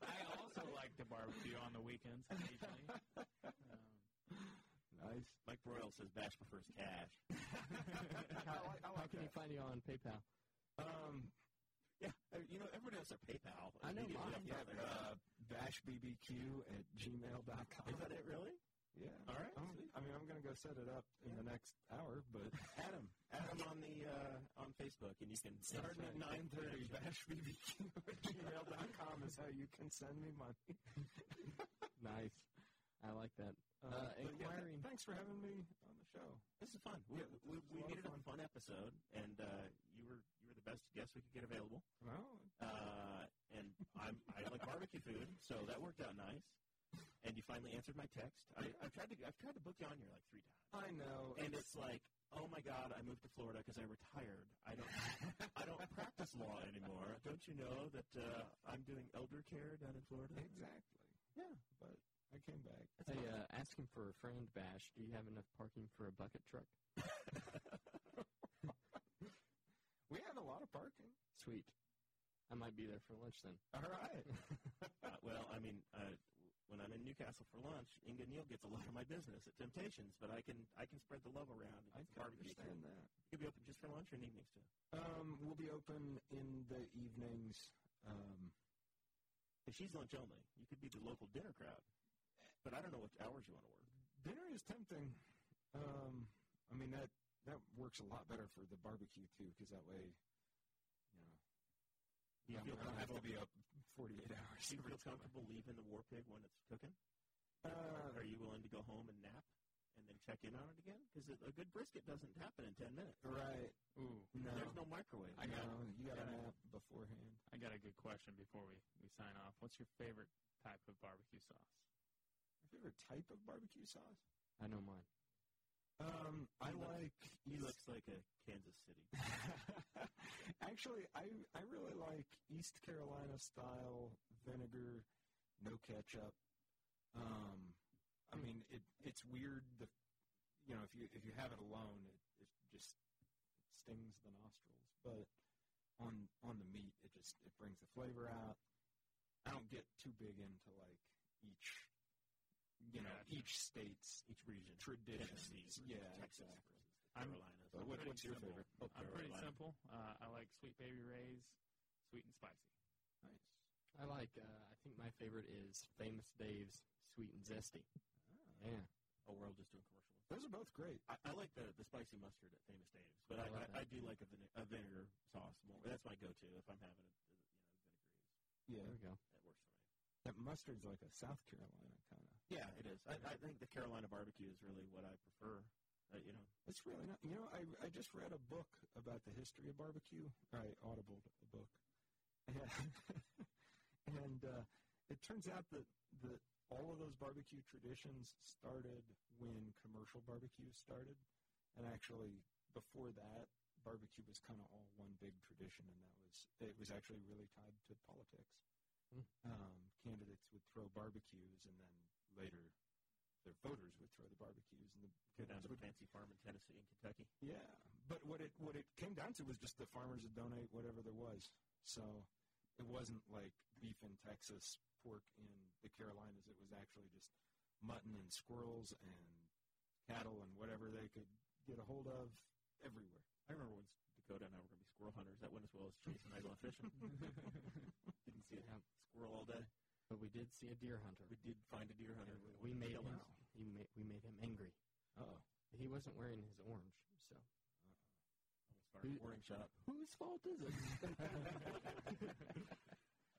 Speaker 4: I also like to barbecue on the weekends occasionally. Um,
Speaker 3: nice.
Speaker 2: Mike Broyle says Bash prefers cash.
Speaker 1: How, how can he find you on PayPal?
Speaker 3: Um,
Speaker 2: Yeah, uh, you know everybody has their PayPal.
Speaker 1: I know
Speaker 2: immediately up
Speaker 1: mine.
Speaker 3: yeah.
Speaker 2: front. They're
Speaker 3: Uh, bashbbq at gmail.com.
Speaker 2: Is that it, really?
Speaker 3: Yeah.
Speaker 2: All right,
Speaker 3: I'm,
Speaker 2: sweet.
Speaker 3: I mean, I'm going to go set it up in the next hour, but
Speaker 2: Adam, Adam on the uh, on Facebook. Facebook, and you can
Speaker 3: Starting at nine thirty, bashbbq@gmail.com is how you can send me uh, money.
Speaker 1: Nice. I like that. Uh,
Speaker 3: Uh, but yeah, th-
Speaker 1: inquiring-
Speaker 3: thanks for having me on the show.
Speaker 2: This is fun. We,
Speaker 3: Yeah, this
Speaker 2: we,
Speaker 3: was a
Speaker 2: we
Speaker 3: lot of
Speaker 2: made it a
Speaker 3: fun.
Speaker 2: fun episode, and uh, you were you were the best guest we could get available.
Speaker 3: Well,
Speaker 2: Uh, and I'm, I like barbecue food, so that worked out nice. And you finally answered my text. I, I've tried to I've tried to book you on here like three times,
Speaker 3: I know.
Speaker 2: and it's like, oh my god, I moved to Florida because I retired. I don't I don't practice law anymore. Don't you know that uh, I'm doing elder care down in Florida?
Speaker 3: exactly. Yeah, but I came back.
Speaker 1: Hey, uh, asking for a friend, Bash. Do you have enough parking for a bucket truck?
Speaker 3: We had a lot of parking.
Speaker 1: Sweet. I might be there for lunch then.
Speaker 3: All right.
Speaker 2: Uh, well, I mean, uh, when I'm in Newcastle for lunch, Inga Neal gets a lot of my business at Temptations, but I can I can spread the love around.
Speaker 3: I
Speaker 2: And
Speaker 3: can understand that.
Speaker 2: You'll be open just for lunch or in evenings too.
Speaker 3: Um, we'll be open in the evenings. Um,
Speaker 2: If she's lunch only, you could be the local dinner crowd. But I don't know what hours you want to work.
Speaker 3: dinner is tempting. Um, I mean that that works a lot better for the barbecue too, because that way, you know,
Speaker 2: Do you
Speaker 3: I'm-
Speaker 2: feel
Speaker 3: I don't have to
Speaker 2: comfortable?
Speaker 3: be up 48 hours.
Speaker 2: Do you
Speaker 3: every
Speaker 2: feel
Speaker 3: time.
Speaker 2: comfortable leaving the war pig when it's cooking?
Speaker 3: Uh,
Speaker 2: Are you willing to go home and nap and then check in on it again? Because a good brisket doesn't happen in ten minutes.
Speaker 3: right.
Speaker 4: Ooh,
Speaker 3: No.
Speaker 2: There's no microwave.
Speaker 4: I got-
Speaker 3: no, you got to
Speaker 4: got it.
Speaker 3: nap beforehand.
Speaker 4: I got a good question before we, we sign off. What's your favorite type of barbecue sauce?
Speaker 3: My favorite type of barbecue sauce?
Speaker 1: I know mine.
Speaker 3: Um, I like.
Speaker 2: he looks like a Kansas City.
Speaker 3: Actually, I I really like East Carolina style vinegar, no ketchup. Um, I mean, it it's weird. The you know if you if you have it alone, it, it just stings the nostrils. But on on the meat, it just it brings the flavor out. I don't get too big into like each you know
Speaker 4: Gotcha.
Speaker 3: each state's
Speaker 2: Each region.
Speaker 3: traditions.
Speaker 2: Tennessee,
Speaker 3: Yeah,
Speaker 2: Texas,
Speaker 3: exactly.
Speaker 4: I'm-
Speaker 2: Carolinas.
Speaker 3: But what,
Speaker 4: pretty
Speaker 3: what's your
Speaker 4: simple.
Speaker 3: favorite?
Speaker 4: I'm pretty
Speaker 2: Oh, Carolina.
Speaker 4: simple. Uh, I like sweet baby rays, sweet and spicy.
Speaker 3: Nice.
Speaker 1: I like, uh, I think my favorite is Famous Dave's Sweet and Zesty.
Speaker 3: Ah.
Speaker 1: Yeah.
Speaker 2: Oh, we're all just doing commercial.
Speaker 3: Those are both great.
Speaker 2: I, I like the, the spicy mustard at Famous Dave's, but I,
Speaker 1: I like
Speaker 2: I, I, do like a, vine- a vinegar sauce more. That's my go-to if I'm having a, you know vinaigrette.
Speaker 3: Yeah,
Speaker 1: There we go.
Speaker 2: That works for me.
Speaker 3: that mustard's like a South Carolina kind of.
Speaker 2: Yeah, it is. I, I think the Carolina barbecue is really what I prefer. Uh, you know,
Speaker 3: It's really not. You know, I I just read a book about the history of barbecue. I audibled a book, and, and uh, it turns out that that all of those barbecue traditions started when commercial barbecue started, and actually before that, barbecue was kind of all one big tradition, and that was it was actually really tied to politics.
Speaker 1: Hmm.
Speaker 3: Um, candidates would throw barbecues, and then later, their voters would throw the barbecues, and the
Speaker 2: go down to
Speaker 3: candidates
Speaker 2: a
Speaker 3: would
Speaker 2: fancy farm in Tennessee and Kentucky.
Speaker 3: yeah, but what it what it came down to was just the farmers would donate whatever there was. So it wasn't like beef in Texas, pork in the Carolinas. It was actually just mutton and squirrels and cattle and whatever they could get a hold of everywhere.
Speaker 2: I remember once Dakota and I were going to be squirrel hunters. That went as well as Chase and I going fishing. Didn't see a
Speaker 1: Yeah.
Speaker 2: squirrel all day.
Speaker 1: But we did see a deer hunter.
Speaker 2: We did find a deer hunter.
Speaker 1: And we made him.
Speaker 2: Wow.
Speaker 1: He ma- we made him angry.
Speaker 3: Oh,
Speaker 1: He wasn't wearing his orange, so.
Speaker 2: Start a warning shot.
Speaker 1: Whose fault is it?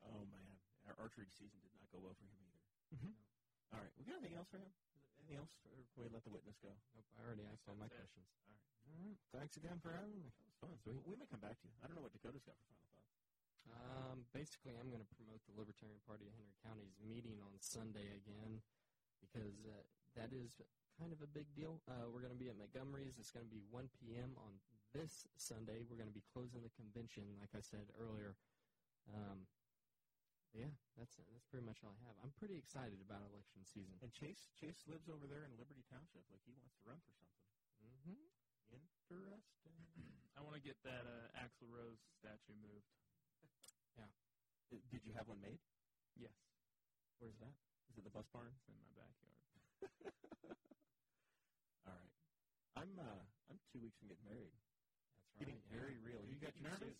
Speaker 2: oh man, our archery season did not go well for him either. All right, we got anything else for him? Anything else, or can we let the witness go?
Speaker 1: nope, I already asked all my
Speaker 4: That's it.
Speaker 1: questions.
Speaker 3: all right. Thanks again for having me.
Speaker 2: That was fun.
Speaker 1: Sweet.
Speaker 2: We may come back to you. I don't know what Dakota's got for final thoughts.
Speaker 1: Um, basically, I'm going to promote the Libertarian Party of Henry County's meeting on Sunday again because uh, that is kind of a big deal. Uh, we're going to be at Montgomery's. It's going to be 1 p.m. on this Sunday. We're going to be closing the convention, like I said earlier. Um, yeah, that's it. That's pretty much all I have. I'm pretty excited about election season.
Speaker 2: And Chase, Chase lives over there in Liberty Township. Like he wants to run for something.
Speaker 1: Mm-hmm.
Speaker 2: Interesting.
Speaker 4: I want to get that uh, Axl Rose statue moved.
Speaker 2: Uh, Did you have one made?
Speaker 4: Yes,
Speaker 2: Where's that? Is it the bus barn?
Speaker 4: it's in my backyard.
Speaker 2: All right. I'm uh, I'm two weeks from getting married.
Speaker 1: That's
Speaker 2: Getting
Speaker 1: right. yeah.
Speaker 2: very real. You got your suit.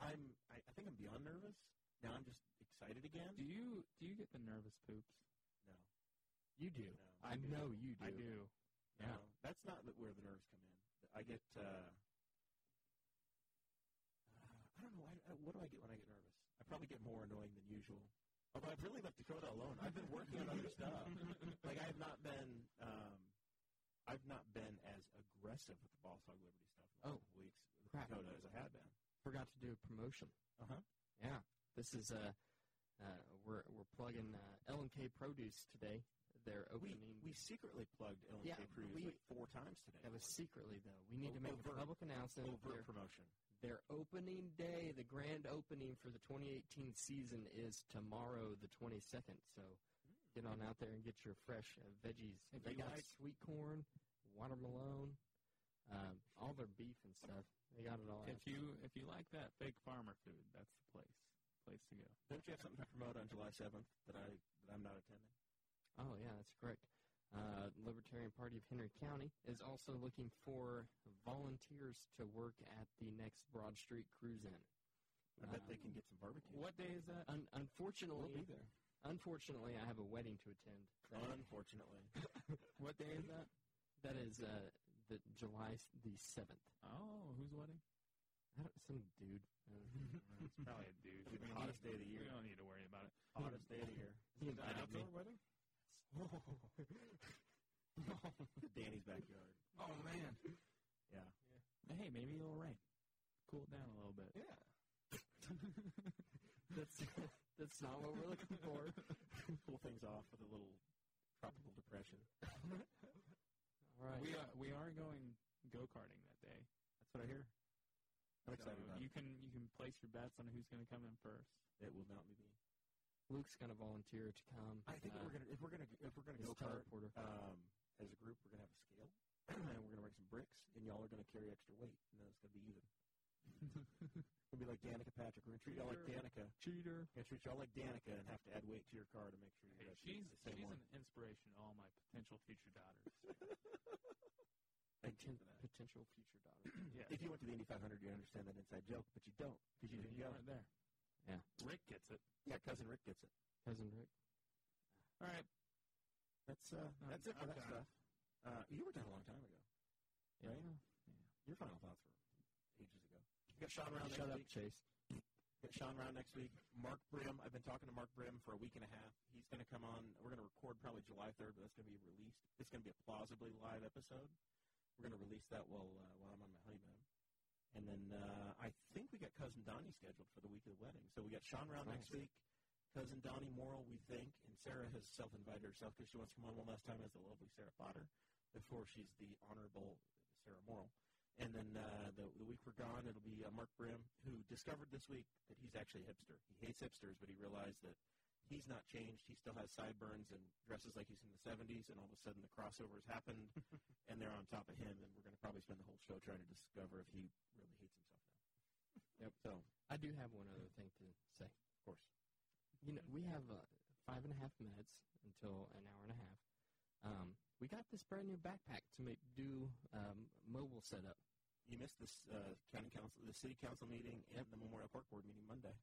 Speaker 2: I'm. I, I think I'm beyond nervous. Now I'm just excited again.
Speaker 4: Do you do you get the nervous poops?
Speaker 2: No.
Speaker 1: You do.
Speaker 2: No.
Speaker 1: I, know you do.
Speaker 4: I do.
Speaker 2: No, that's not the- where the nerves come in. I get uh, uh, what do uh, I get when I get nervous? I probably get more annoying than usual. Although I've really left Dakota alone. I've been working on other stuff. Like I have not been, um, I've not been as aggressive with the Boss Hog Liberty stuff in the
Speaker 1: Oh,
Speaker 2: last couple weeks with
Speaker 1: crap.
Speaker 2: Dakota as I had been.
Speaker 1: Forgot to do a promotion.
Speaker 2: Uh-huh.
Speaker 1: Yeah. This is uh, uh we're we're plugging uh, L and K Produce today. They're
Speaker 2: We
Speaker 1: opening.
Speaker 2: we secretly plugged Ellen
Speaker 1: Yeah,
Speaker 2: K. Cruz
Speaker 1: we-
Speaker 2: like four times today.
Speaker 1: that was secretly though. We need to make
Speaker 2: Overt.
Speaker 1: a public announcement.
Speaker 2: overt
Speaker 1: They're-
Speaker 2: promotion.
Speaker 1: Their opening day, the grand opening for the 2018 season is tomorrow, the 22nd. So get on out there and get your fresh uh, veggies.
Speaker 4: If
Speaker 1: they
Speaker 4: you
Speaker 1: got
Speaker 4: like-
Speaker 1: sweet corn, watermelon, um, all their beef and stuff. They got it all.
Speaker 4: If
Speaker 1: out.
Speaker 4: you if you like that fake farmer food, that's the place place to go.
Speaker 2: Don't you have something to promote on July seventh that I that I'm not attending?
Speaker 1: Oh yeah, that's correct. Uh, Libertarian Party of Henry County is also looking for volunteers to work at the next Broad Street Cruise In.
Speaker 2: I bet they
Speaker 1: Um,
Speaker 2: can get some barbecue.
Speaker 4: What day is that?
Speaker 1: Un- unfortunately,
Speaker 3: We'll be there.
Speaker 1: unfortunately, I have a wedding to attend. That-
Speaker 2: Unfortunately,
Speaker 4: What day is that?
Speaker 1: That is uh, the July s- the seventh.
Speaker 4: Oh, whose wedding?
Speaker 1: Some dude. Uh,
Speaker 4: it's probably a dude.
Speaker 2: It'll be the hottest day of the year.
Speaker 4: We don't need to worry about it.
Speaker 2: hottest day of the year.
Speaker 1: he
Speaker 3: The
Speaker 1: invited me.
Speaker 3: outdoor wedding?
Speaker 2: Danny's backyard.
Speaker 4: Oh man.
Speaker 2: Yeah.
Speaker 4: Hey, maybe it'll rain. Cool it down a little bit.
Speaker 3: Yeah.
Speaker 1: That's that's not what we're looking for.
Speaker 2: Cool things off with a little tropical depression.
Speaker 1: All right.
Speaker 4: We are we are going go karting that day.
Speaker 2: That's what I hear. I'm
Speaker 4: So
Speaker 2: excited about
Speaker 4: you can you can place your bets on who's going to come in first.
Speaker 2: it. It will not be me.
Speaker 1: Luke's gonna volunteer to come.
Speaker 2: I think if
Speaker 1: uh,
Speaker 2: we're gonna if we're gonna if we're gonna
Speaker 1: his
Speaker 2: go kart
Speaker 1: teleporter.
Speaker 2: um, as a group, we're gonna have a scale and we're gonna bring some bricks, and y'all are gonna carry extra weight, and then it's gonna be even. It'll be like Danica Patrick. We're gonna treat y'all like
Speaker 4: Sure.
Speaker 2: Danica.
Speaker 4: Cheater.
Speaker 2: We're gonna treat y'all like Danica and have to add weight to your car to make sure
Speaker 4: Hey,
Speaker 2: you're
Speaker 4: she's
Speaker 2: the same
Speaker 4: she's
Speaker 2: one.
Speaker 4: an inspiration to all my potential future daughters.
Speaker 2: Thank you for that.
Speaker 1: potential future daughter.
Speaker 4: yeah.
Speaker 2: If you went to the Indy 500, you'd understand that inside joke, but you don't because you didn't
Speaker 4: you
Speaker 2: go.
Speaker 4: weren't there.
Speaker 1: Yeah.
Speaker 4: Rick gets it.
Speaker 2: Yeah, cousin Rick gets it.
Speaker 1: Cousin Rick.
Speaker 4: All right.
Speaker 2: That's uh,
Speaker 4: No,
Speaker 2: that's it for
Speaker 4: I'm
Speaker 2: that
Speaker 4: done.
Speaker 2: stuff. Uh, you were done a long time ago.
Speaker 1: Yeah.
Speaker 2: Right? Your final thoughts were ages ago. We got Sean around next
Speaker 1: Shut up,
Speaker 2: week.
Speaker 1: Chase.
Speaker 2: Got Sean Round next week. Mark Brim. I've been talking to Mark Brim for a week and a half. He's going to come on. We're going to record probably July 3rd, but that's going to be released. It's going to be a plausibly live episode. We're going to release that while uh, while I'm on my honeymoon. And then uh, I think we got Cousin Donnie scheduled for the week of the wedding. So we got Sean Round next week. Cousin Donnie Morrill, we think, and Sarah has self-invited herself because she wants to come on one last time as the lovely Sarah Potter before she's the honorable Sarah Morrill. And then uh, the, the week we're gone, it'll be uh, Mark Brim, who discovered this week that he's actually a hipster. He hates hipsters, but he realized that he's not changed. He still has sideburns and dresses like he's in the 70s, and all of a sudden the crossover's happened, and they're on top of him, and we're going to probably spend the whole show trying to discover if he really hates himself now.
Speaker 1: Yep.
Speaker 2: So,
Speaker 1: I do have one other thing to say.
Speaker 2: of course.
Speaker 1: You know, we have uh, five and a half minutes until an hour and a half. Um, we got this brand new backpack to make do um, mobile setup.
Speaker 2: You missed this uh, county council, the city council meeting and the Memorial Park Board meeting Monday.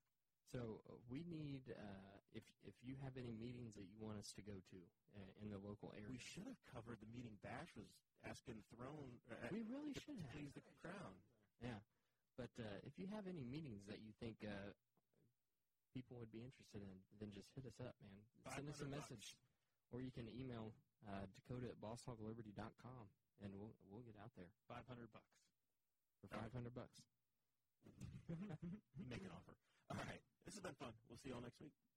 Speaker 1: So uh, we need uh, if if you have any meetings that you want us to go to uh, in the local area.
Speaker 2: We should have covered the meeting Bash was asking the throne uh,
Speaker 1: We really
Speaker 2: to
Speaker 1: should have.
Speaker 2: please the crown.
Speaker 1: But uh, if you have any meetings that you think uh, people would be interested in, then just hit us up, man. Send us a
Speaker 4: 500 bucks.
Speaker 1: message, or you can email uh, Dakota at bosshogliberty.com, and we'll we'll get out there
Speaker 4: Five hundred bucks.
Speaker 1: for five hundred bucks.
Speaker 2: make an offer. All right. This has been fun. We'll see you all next week.